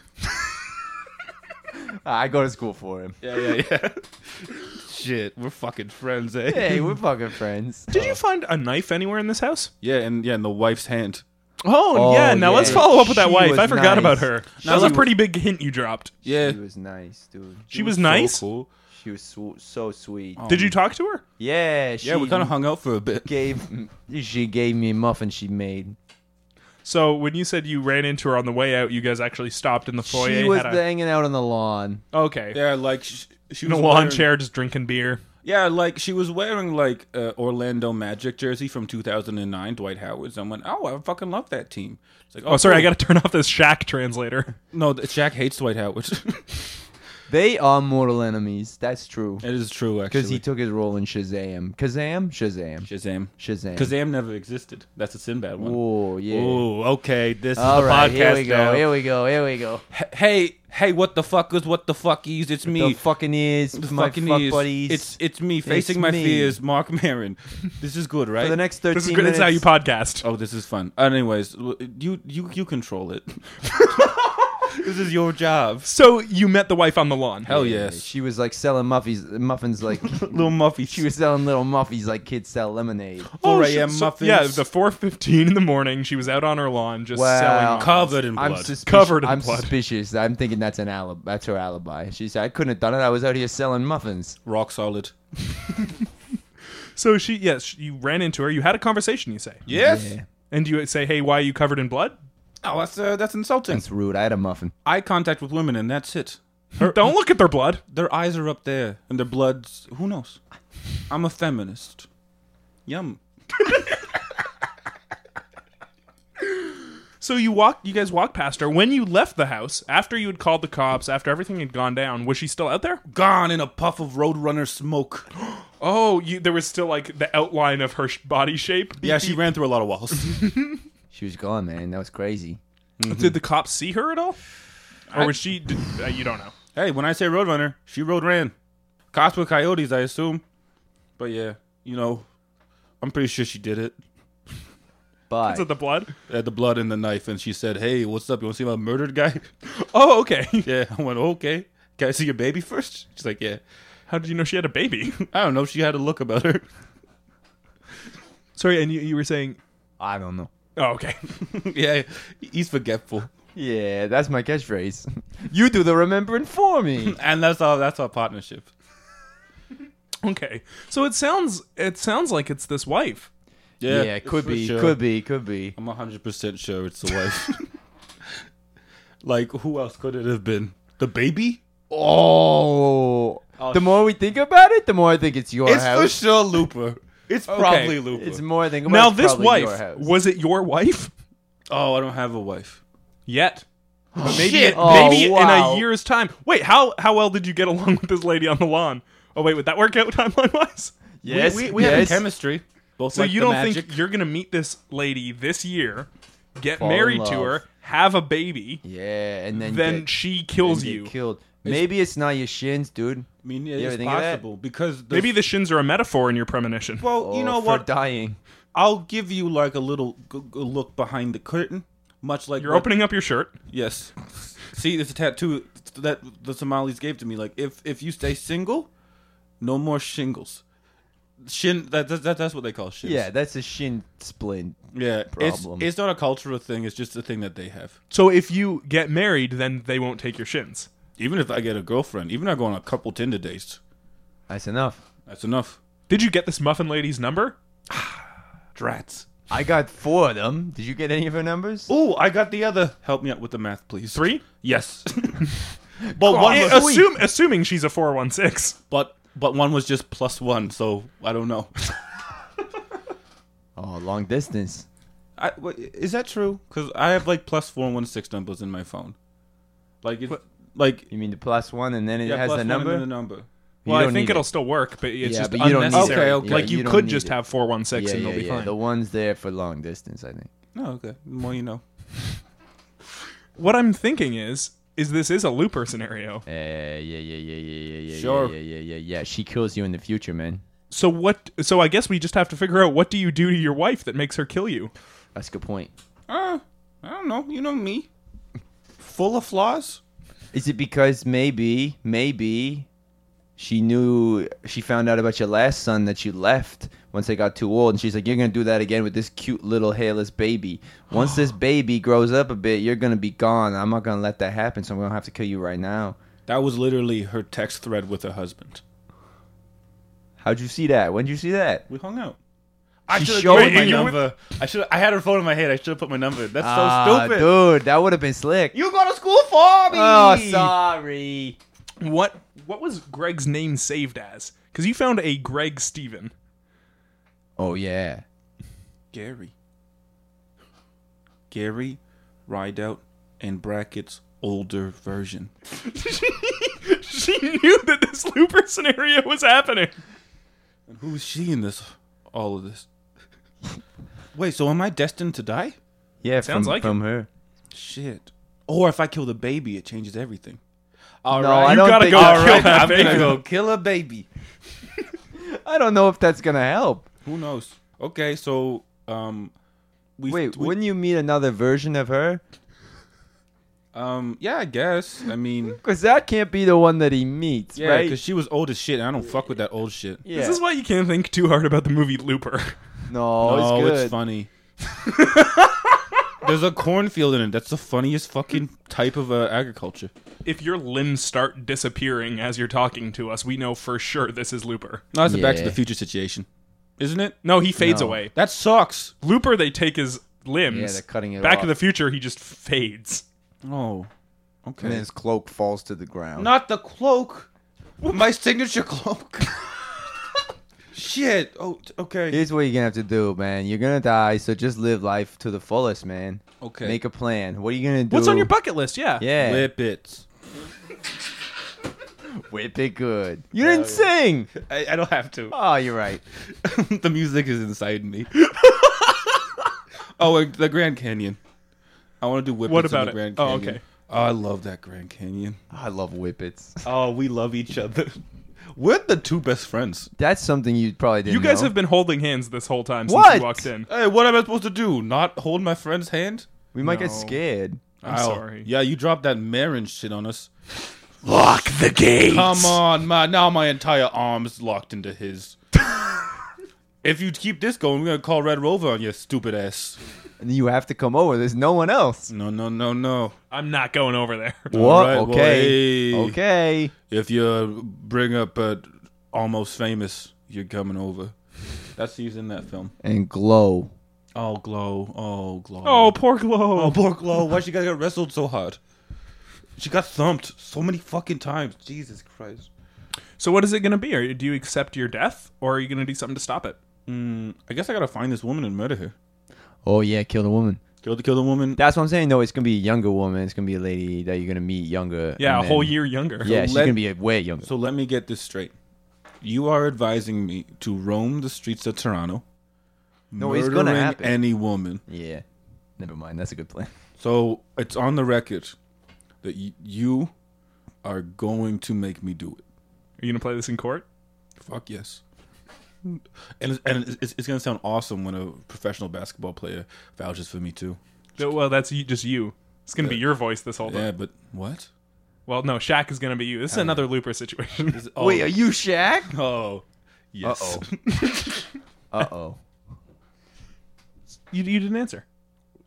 Speaker 2: I go to school for him.
Speaker 3: Yeah, yeah, yeah. Shit, we're fucking friends, eh?
Speaker 2: Hey, we're fucking friends.
Speaker 1: Did you find a knife anywhere in this house?
Speaker 3: Yeah, and yeah, and the wife's hand.
Speaker 1: Oh,
Speaker 2: Oh,
Speaker 1: yeah. Now
Speaker 2: yeah.
Speaker 1: let's follow up with that
Speaker 2: She
Speaker 1: wife.
Speaker 2: was
Speaker 1: I forgot
Speaker 2: nice.
Speaker 1: about her. That was a
Speaker 3: was-
Speaker 1: pretty big hint you dropped.
Speaker 3: Yeah,
Speaker 2: She was nice, dude.
Speaker 1: She, was, Oh. nice.
Speaker 3: So cool.
Speaker 2: She was so, so sweet.
Speaker 1: Did you talk to her?
Speaker 2: Yeah. She
Speaker 3: Yeah, we kind of hung out for a bit.
Speaker 2: gave. She gave me a muffin she made.
Speaker 1: So when you said you ran into her on the way out, you guys actually stopped in the foyer.
Speaker 2: she was
Speaker 1: had a-
Speaker 2: hanging out on the lawn.
Speaker 1: okay.
Speaker 3: Yeah, like she, she
Speaker 1: in a
Speaker 3: was
Speaker 1: lawn
Speaker 3: wearing-
Speaker 1: chair, just drinking beer.
Speaker 3: Yeah, like she was wearing like uh, Orlando Magic jersey from 2009, Dwight Howard. So I went, oh, I fucking love that team. It's like,
Speaker 1: Oh, sorry, I
Speaker 3: cool.
Speaker 1: got to turn off this Shaq translator.
Speaker 3: no. th- Shaq hates Dwight Howard.
Speaker 2: They are mortal enemies. That's true.
Speaker 3: it is true, actually.
Speaker 2: Because he took his role in Shazam. Kazam? Shazam.
Speaker 3: Shazam.
Speaker 2: Shazam.
Speaker 3: Kazam never existed. That's a Sinbad one.
Speaker 2: Oh, yeah.
Speaker 3: Ooh, okay. This
Speaker 2: All
Speaker 3: is the
Speaker 2: right,
Speaker 3: podcast
Speaker 2: here we go.
Speaker 3: now.
Speaker 2: Here we go. Here we go.
Speaker 3: H- Hey, hey, what the fuckers? What the fuckies? It's me.
Speaker 2: The fucking is
Speaker 3: The
Speaker 2: my
Speaker 3: fucking
Speaker 2: fuck
Speaker 3: is.
Speaker 2: buddies.
Speaker 3: It's it's me facing my
Speaker 2: me.
Speaker 3: fears. Mark Marin. This is good, right?
Speaker 2: for the next thirteen
Speaker 1: This is good.
Speaker 2: minutes.
Speaker 1: It's how you podcast.
Speaker 3: oh, this is fun. Anyways, w- you you you control it. this is your job.
Speaker 1: So you met the wife on the lawn.
Speaker 3: Hell
Speaker 2: Yeah,
Speaker 3: oh, yes.
Speaker 2: She was like selling muffins, muffins like
Speaker 3: Little Muffy.
Speaker 2: she was selling little muffies like kids sell lemonade.
Speaker 3: 4
Speaker 1: Oh, shit,
Speaker 3: a.m.
Speaker 1: so-
Speaker 3: muffins.
Speaker 1: yeah, the 4:15 in the morning, she was out on her lawn just
Speaker 2: Wow.
Speaker 1: selling.
Speaker 3: covered in
Speaker 2: I'm
Speaker 3: blood.
Speaker 2: suspicious.
Speaker 1: Covered in
Speaker 2: I'm
Speaker 1: blood.
Speaker 2: suspicious. I'm thinking that's an alibi. That's her alibi. She said I couldn't have done it. I was out here selling muffins.
Speaker 3: Rock solid.
Speaker 1: So she, yes, you ran into her. You had a conversation. You say,
Speaker 3: Yes.
Speaker 1: and you say, "Hey, why are you covered in blood?"
Speaker 3: Oh, that's uh, that's insulting.
Speaker 2: That's rude. I had a muffin.
Speaker 3: Eye contact with women, and that's it.
Speaker 1: Don't look at their blood.
Speaker 3: Their eyes are up there, and their blood's. Who knows? I'm a feminist. Yum.
Speaker 1: So you walk, you guys walked past her. When you left the house, after you had called the cops, after everything had gone down, was she still out there?
Speaker 3: Gone in a puff of Roadrunner smoke.
Speaker 1: Oh, you, there was still like the outline of her sh- body shape.
Speaker 3: yeah, she ran through a lot of walls.
Speaker 2: She was gone, man. That was crazy.
Speaker 1: Did the cops see her at all, or was she? Did, uh, you don't know.
Speaker 3: Hey, when I say Roadrunner, she road ran. Cops were coyotes, I assume. But yeah, you know, I'm pretty sure she did it.
Speaker 2: Bye.
Speaker 1: Is it the blood?
Speaker 3: They had the blood and the knife, and she said, "Hey, what's up? You want to see my murdered guy?"
Speaker 1: Oh, okay.
Speaker 3: yeah, I went, "Okay, can I see your baby first? She's like, "Yeah."
Speaker 1: How did you know she had a baby?
Speaker 3: I don't know. She had a look about her.
Speaker 1: Sorry, and you, you were saying,
Speaker 2: I don't know.
Speaker 1: oh, okay.
Speaker 3: yeah, he's forgetful,
Speaker 2: Yeah, that's my catchphrase. you do the remembering for me.
Speaker 3: and that's all. That's our partnership.
Speaker 1: Okay, so it sounds it sounds like it's this wife.
Speaker 2: yeah, could be, could be, could be.
Speaker 3: I'm 100 percent sure it's the wife. like, who else could it have been? The baby?
Speaker 2: Oh. the more we think about it, the more I think it's your
Speaker 3: It's for
Speaker 2: house.
Speaker 3: sure Looper. It's probably Looper.
Speaker 2: it's more I think about
Speaker 1: now
Speaker 2: it,
Speaker 1: this
Speaker 2: probably your
Speaker 1: wife
Speaker 2: house.
Speaker 1: was it your wife
Speaker 3: oh, I don't have a wife.
Speaker 1: yet? But maybe
Speaker 3: Shit.
Speaker 1: it- maybe
Speaker 2: Oh,
Speaker 1: in
Speaker 2: wow.
Speaker 1: a year's time. Wait, how how well did you get along with this lady on the lawn? Oh wait, would that work out timeline wise?
Speaker 2: yes,
Speaker 3: we, we, we
Speaker 2: yes.
Speaker 3: have chemistry. Both
Speaker 1: So
Speaker 3: like
Speaker 1: you
Speaker 3: the
Speaker 1: don't
Speaker 3: magic.
Speaker 1: think you're gonna meet this lady this year, get
Speaker 2: in
Speaker 1: married to
Speaker 2: love.
Speaker 1: her, have a baby,
Speaker 2: Yeah, and then
Speaker 1: then
Speaker 2: get,
Speaker 1: she kills
Speaker 2: and get
Speaker 1: you?
Speaker 2: killed. Maybe it's not your shins, dude.
Speaker 3: I mean, yeah,
Speaker 2: You ever
Speaker 3: it's
Speaker 2: think of that?
Speaker 3: possible because the,
Speaker 1: Maybe the shins are a metaphor in your premonition.
Speaker 3: Well,
Speaker 2: Or
Speaker 3: you know
Speaker 2: Oh, for
Speaker 3: what?
Speaker 2: Dying.
Speaker 3: I'll give you like a little g- g- look behind the curtain, much like
Speaker 1: you're
Speaker 3: what-
Speaker 1: opening up your shirt.
Speaker 3: Yes. See, it's a tattoo that the Somalis gave to me. Like, if if you stay single, no more shingles. Shin. That, that, that that's what they call shins.
Speaker 2: Yeah, that's a shin splint.
Speaker 3: Yeah.
Speaker 2: Problem.
Speaker 3: It's it's not a cultural thing. It's just a thing that they have.
Speaker 1: So if you get married, then they won't take your shins.
Speaker 3: Even if I get a girlfriend, even if I go on a couple Tinder dates,
Speaker 2: That's enough.
Speaker 3: that's enough.
Speaker 1: Did you get this muffin lady's number?
Speaker 3: Drats.
Speaker 2: I got four of them. Did you get any of her numbers?
Speaker 3: Oh, I got the other. Help me out with the math, please.
Speaker 1: Three.
Speaker 3: Yes. but one.
Speaker 1: Eh,
Speaker 3: Was,
Speaker 1: assume, assuming she's a 416.
Speaker 3: but but one was just plus one. So I don't know.
Speaker 2: Oh, long distance.
Speaker 3: I, wha- is that true? Because I have like plus four and one six numbers in my phone. Like it's like
Speaker 2: You mean the plus one, and then it
Speaker 3: yeah,
Speaker 2: has
Speaker 3: plus
Speaker 2: the
Speaker 3: one and
Speaker 2: number.
Speaker 3: then the number.
Speaker 2: You
Speaker 1: Well, I
Speaker 2: don't
Speaker 1: think
Speaker 2: need
Speaker 1: it'll
Speaker 2: it.
Speaker 1: still work, but it's
Speaker 2: Yeah,
Speaker 1: just
Speaker 2: but you don't need it.
Speaker 1: unnecessary.
Speaker 3: Okay, okay.
Speaker 1: Like
Speaker 2: Yeah,
Speaker 1: you,
Speaker 2: you don't
Speaker 1: could
Speaker 2: need
Speaker 1: just
Speaker 2: it.
Speaker 1: have 416
Speaker 2: Yeah,
Speaker 1: and
Speaker 2: yeah,
Speaker 1: you'll be
Speaker 2: yeah.
Speaker 1: fine.
Speaker 2: The one's there for long distance, I think.
Speaker 3: Oh, okay. Well, you know.
Speaker 1: What I'm thinking is is this is a looper scenario.
Speaker 2: Uh, yeah, yeah, yeah, yeah, yeah, yeah, yeah,
Speaker 3: Sure.
Speaker 2: yeah, yeah, yeah, yeah. She kills you in the future, man.
Speaker 1: So what so I guess we just have to figure out what do you do to your wife that makes her kill you?
Speaker 2: That's a good point.
Speaker 3: Uh, I don't know. You know me. Full of flaws.
Speaker 2: Is it because maybe, maybe she knew she found out about your last son that you left once they got too old, and she's like, "You're gonna do that again with this cute little hairless baby. Once this baby grows up a bit, you're gonna be gone. I'm not gonna let that happen, so I'm gonna have to kill you right now."
Speaker 3: That was literally her text thread with her husband.
Speaker 2: How'd you see that? When'd you see that?
Speaker 3: We hung out. I
Speaker 2: She
Speaker 3: should
Speaker 2: showed
Speaker 3: have my
Speaker 1: you-
Speaker 3: number. I should. I had her phone in my head. I should have put my number. That's so
Speaker 2: Ah,
Speaker 3: stupid.
Speaker 2: dude. That would have been slick.
Speaker 3: You go to school for me.
Speaker 2: oh, sorry.
Speaker 1: What what was Greg's name saved as? because you found a Greg Steven.
Speaker 2: Oh yeah.
Speaker 3: Gary. Gary, Rideout, and brackets older version.
Speaker 1: She knew that this Looper scenario was happening.
Speaker 3: And who is she in this? All of this. Wait, so am I destined to die?
Speaker 2: Yeah,
Speaker 1: Sounds
Speaker 2: from,
Speaker 1: like
Speaker 2: from her.
Speaker 3: Shit. Or if I kill the baby, it changes everything. All
Speaker 2: No,
Speaker 3: right,
Speaker 2: I
Speaker 1: You
Speaker 2: don't
Speaker 1: gotta
Speaker 2: think-
Speaker 1: go
Speaker 2: All
Speaker 1: kill
Speaker 2: right,
Speaker 1: that
Speaker 3: I'm gonna
Speaker 1: baby.
Speaker 3: go kill a baby.
Speaker 2: I don't know if that's gonna help.
Speaker 3: Who knows? Okay, so um, we
Speaker 2: Wait,
Speaker 3: we-
Speaker 2: wouldn't you meet another version of her?
Speaker 3: um, yeah, I guess. I mean,
Speaker 2: Because that can't be the one that he meets,
Speaker 3: yeah,
Speaker 2: right?
Speaker 3: because she was old as shit, and I don't fuck with that old shit.
Speaker 2: yeah.
Speaker 1: This is why you can't think too hard about the movie Looper.
Speaker 2: no, it's
Speaker 3: no,
Speaker 2: good.
Speaker 3: Oh, it's funny. There's a cornfield in it. That's the funniest fucking type of uh, agriculture.
Speaker 1: If your limbs start disappearing as you're talking to us, we know for sure this is Looper.
Speaker 3: No, it's a Back to
Speaker 2: Yeah.
Speaker 3: the Future situation, isn't it?
Speaker 1: No, he fades
Speaker 2: No.
Speaker 1: away.
Speaker 3: That sucks.
Speaker 1: Looper, they take his limbs.
Speaker 2: Yeah, they're cutting it
Speaker 1: Back
Speaker 2: off.
Speaker 1: to the Future, he just fades.
Speaker 3: Oh, okay.
Speaker 2: And his cloak falls to the ground.
Speaker 3: Not the cloak. My signature cloak. Shit. Oh, t- okay.
Speaker 2: Here's what you're gonna have to do, man. You're gonna die, so just live life to the fullest, man.
Speaker 3: Okay.
Speaker 2: Make a plan. What are you gonna do?
Speaker 1: What's on your bucket list? Yeah.
Speaker 2: Yeah, whip,
Speaker 3: Whip it.
Speaker 2: it good. You didn't sing.
Speaker 3: I, I don't have to.
Speaker 2: Oh, you're right.
Speaker 3: the music is inside me. oh, and the Grand Canyon. I want to do whippets
Speaker 1: What
Speaker 3: in
Speaker 1: about
Speaker 3: the
Speaker 1: it?
Speaker 3: Grand
Speaker 1: Oh,
Speaker 3: Canyon.
Speaker 1: okay.
Speaker 3: Oh, I love that Grand Canyon.
Speaker 2: I love whippets.
Speaker 3: Oh, we love each other. We're the two best friends.
Speaker 2: That's something you probably didn't.
Speaker 1: You guys
Speaker 2: know.
Speaker 1: have been holding hands this whole time since
Speaker 2: What?
Speaker 1: you walked in.
Speaker 3: Hey, what am I supposed to do? Not hold my friend's hand?
Speaker 2: We might get
Speaker 1: No.
Speaker 2: scared.
Speaker 1: I'm
Speaker 3: Ow.
Speaker 1: sorry.
Speaker 3: Yeah, you dropped that Marin shit on us.
Speaker 1: Lock the gate.
Speaker 3: Come on, my now my entire arm's locked into his. if you keep this going, we're gonna call Red Rover on your stupid ass.
Speaker 2: And you have to come over. There's no one else.
Speaker 3: No, no, no, no.
Speaker 1: I'm not going over there.
Speaker 2: What?
Speaker 3: right, well,
Speaker 2: okay.
Speaker 3: hey.
Speaker 2: Okay.
Speaker 3: If you bring up uh, almost famous, you're coming over. That's used in that film.
Speaker 2: And glow.
Speaker 3: Oh, glow. Oh, glow.
Speaker 1: Oh, poor Glow.
Speaker 3: poor glow. Why she gotta get wrestled so hard? She got thumped so many fucking times. Jesus Christ.
Speaker 1: So what is it going to be? Are you, do you accept your death, or are you going to do something to stop it?
Speaker 3: Mm, I guess I gotta find this woman and murder her.
Speaker 2: Oh yeah, kill the woman.
Speaker 3: Kill the kill the woman.
Speaker 2: That's what I'm saying. No, it's gonna be a younger woman. It's gonna be a lady that you're gonna meet younger.
Speaker 1: Yeah,
Speaker 2: and
Speaker 1: a whole
Speaker 2: then-
Speaker 1: year younger.
Speaker 2: Yeah, she's
Speaker 3: let-
Speaker 2: gonna be a way younger.
Speaker 3: So let me get this straight. You are advising me to roam the streets of Toronto.
Speaker 2: No, it's gonna
Speaker 3: murdering
Speaker 2: happen.
Speaker 3: Any woman.
Speaker 2: yeah. Never mind. That's a good plan.
Speaker 3: So it's on the record that y- you are going to make me do it.
Speaker 1: Are you going to play this in court?
Speaker 3: Fuck yes. And it's, and it's, it's gonna sound awesome when a professional basketball player vouches for me too.
Speaker 1: No, Well, that's you, just you. It's going to be your voice this whole time.
Speaker 3: Yeah, but what?
Speaker 1: Well, no, Shaq is going to be you. This is another Looper situation.
Speaker 3: Oh,
Speaker 2: Wait, are you Shaq?
Speaker 3: oh, yes.
Speaker 2: Uh oh.
Speaker 1: you, you didn't answer.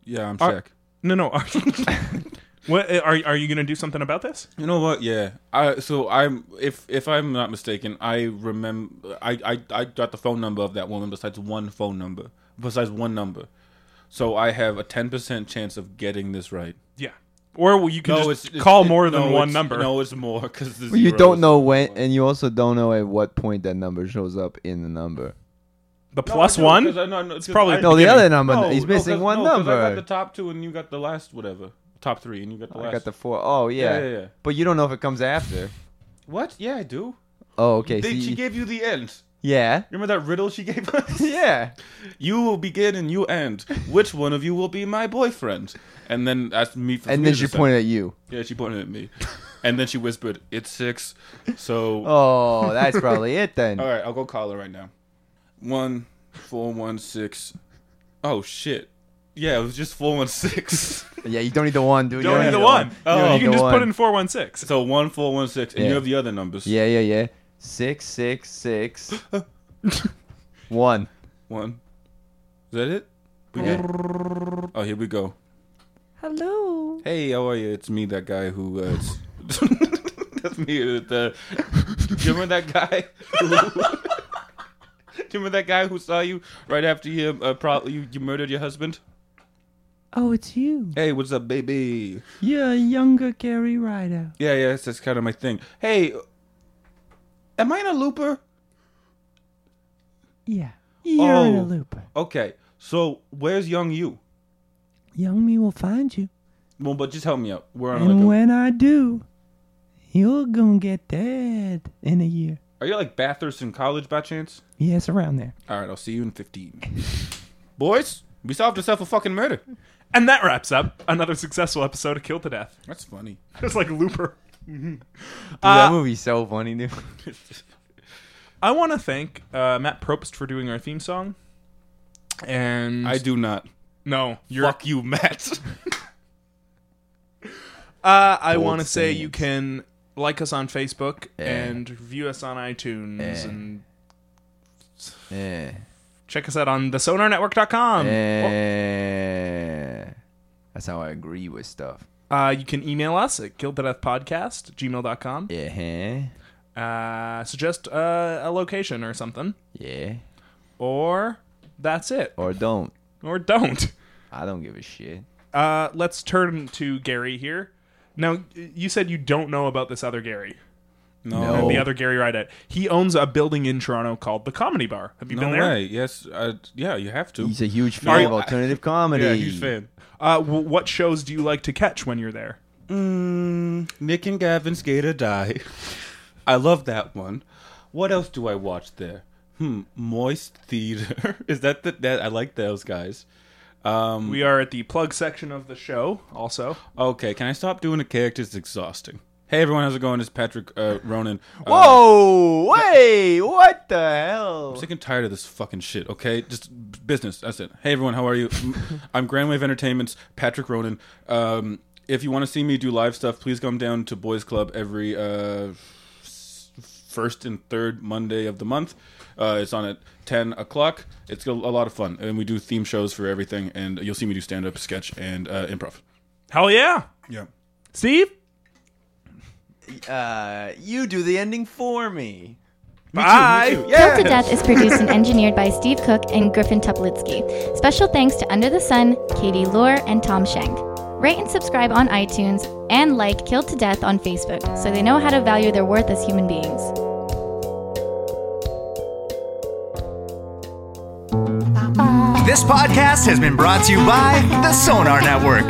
Speaker 3: yeah, I'm Shaq.
Speaker 1: No, no. Are, what are are you going to do something about this?
Speaker 3: You know what? Yeah. I so I'm if if I'm not mistaken, I remember I, I I got the phone number of that woman besides one phone number, besides one number. So I have a 10% chance of getting this right.
Speaker 1: Yeah. Or well, you can just call more than
Speaker 3: no,
Speaker 1: one
Speaker 3: it's-
Speaker 1: number.
Speaker 3: No, it's more because
Speaker 2: Well, you don't know when, and you also don't know at what point that number shows up in the number.
Speaker 1: The plus one.
Speaker 3: it's
Speaker 1: probably-
Speaker 2: No, the
Speaker 1: Beginning.
Speaker 2: other number. he's missing one
Speaker 3: I got the
Speaker 2: number.
Speaker 3: top two, and you got the last whatever. Top three, and you got the last.
Speaker 2: I got the four. Oh yeah.
Speaker 3: Yeah, yeah, yeah.
Speaker 2: But you don't know if it comes after.
Speaker 3: What? Yeah, I do.
Speaker 2: Oh okay. so
Speaker 3: They- she
Speaker 2: you-
Speaker 3: gave you the end.
Speaker 2: yeah.
Speaker 3: Remember that riddle she gave us?
Speaker 2: Yeah.
Speaker 3: You will begin and you end. Which one of you will be my boyfriend? And then that's me. For
Speaker 2: And
Speaker 3: me
Speaker 2: then
Speaker 3: to
Speaker 2: she
Speaker 3: decide.
Speaker 2: pointed at you.
Speaker 3: Yeah, she pointed at me, and then she whispered, "It's six. So
Speaker 2: Oh, that's probably it then.
Speaker 3: all right, I'll go call her right now. One four one six. Oh shit. Yeah, it was just four one six.
Speaker 2: Yeah, you don't need the one, dude. You
Speaker 1: Don't need the one. Oh,
Speaker 2: You don't
Speaker 1: you
Speaker 2: need
Speaker 1: can
Speaker 2: the
Speaker 1: just
Speaker 2: one.
Speaker 1: put in four one six.
Speaker 3: so one four one six, and
Speaker 2: Yeah.
Speaker 3: you have the other numbers.
Speaker 2: Yeah, yeah, yeah. Six, six, six. one.
Speaker 3: One. Is that it? We
Speaker 2: Yeah.
Speaker 3: good? Oh, here we go.
Speaker 5: Hello.
Speaker 3: Hey, how are you? It's me, that guy who. Uh, it's- That's me. with The you remember that guy? Who... Do you remember that guy who saw you right after you uh, probably you, you murdered your husband?
Speaker 5: Oh, it's you.
Speaker 3: Hey, what's up, baby?
Speaker 5: You're a younger Gary Ryder.
Speaker 3: Yeah, yeah, that's, that's kind of my thing. Hey, am I in a looper?
Speaker 5: Yeah. You're in
Speaker 3: Oh.
Speaker 5: a loop.
Speaker 3: Okay, so where's young you?
Speaker 5: Young me will find you.
Speaker 3: Well, but just help me out. We're on
Speaker 5: And
Speaker 3: like
Speaker 5: when I do, you're going to get dead in a year.
Speaker 3: a, Are you like Bathurst in college by chance?
Speaker 5: Yes, around there.
Speaker 3: All right, I'll see you in 15. Boys, we solved ourselves a fucking murder.
Speaker 1: And that wraps up another successful episode of Kill to Death.
Speaker 3: That's funny.
Speaker 1: It's like Looper. Uh,
Speaker 2: that movie's so funny, dude.
Speaker 1: I want to thank uh, Matt Probst for doing our theme song. And
Speaker 3: I do not.
Speaker 1: no, you're
Speaker 3: Fuck you, Matt.
Speaker 1: Uh, I want to
Speaker 2: Bold
Speaker 1: say you
Speaker 2: stance.
Speaker 1: can like us on Facebook
Speaker 2: Yeah.
Speaker 1: and review us on iTunes
Speaker 2: Yeah.
Speaker 1: and
Speaker 2: yeah.
Speaker 1: check us out on thesonarnetwork.com.
Speaker 2: yeah. That's how I agree with stuff.
Speaker 1: Uh, you can email us at killedtodeathpodcast gmail.com.
Speaker 2: Yeah.
Speaker 1: Uh, suggest uh, a location or something.
Speaker 2: Yeah.
Speaker 1: Or that's it.
Speaker 2: Or don't.
Speaker 1: Or don't.
Speaker 2: I don't give a shit.
Speaker 1: Uh, let's turn to Gary here. Now, you said you don't know about this other Gary.
Speaker 3: No.
Speaker 2: Oh.
Speaker 1: The other Gary Rydett. He owns a building in Toronto called the Comedy Bar. Have you
Speaker 3: No
Speaker 1: been there?
Speaker 3: way. Yes. Uh, yeah, you have to.
Speaker 2: He's a huge fan
Speaker 3: you-
Speaker 2: of alternative comedy.
Speaker 3: yeah, huge fan.
Speaker 1: Uh, w- what shows do you like to catch when you're there?
Speaker 3: Mm, Nick and Gavin Skater Die. I love that one. What else do I watch there? Hmm, Moist Theater. Is that the that I like those guys. Um
Speaker 1: We are at the plug section of the show. Also,
Speaker 3: okay, can I stop doing the characters? It's exhausting. Hey everyone, how's it going? It's Patrick uh, Ronan. Uh,
Speaker 2: Whoa! Oh, Wait! What the hell?
Speaker 3: I'm sick and tired of this fucking shit, okay? Just b- business. That's it. Hey, everyone, how are you? M- I'm Grandwave Entertainment's Patrick Ronan. Um, if you want to see me do live stuff, please come down to Boys Club every uh, s- first and third Monday of the month. Uh, it's on at 10 o'clock. It's a a lot of fun. And we do theme shows for everything, and you'll see me do stand up, sketch, and uh, improv.
Speaker 1: hell yeah,
Speaker 3: Yeah.
Speaker 1: Steve.
Speaker 2: Uh, you do the ending for me.
Speaker 1: Bye.
Speaker 6: Kill to Death is produced and engineered by Steve Cook and Griffin Tuplitsky. Special thanks to Under the Sun, Katie Lohr, and Tom Schenk. Rate and subscribe on iTunes and like Kill to Death on Facebook so they know how to value their worth as human beings.
Speaker 7: This podcast has been brought to you by the Sonar Network.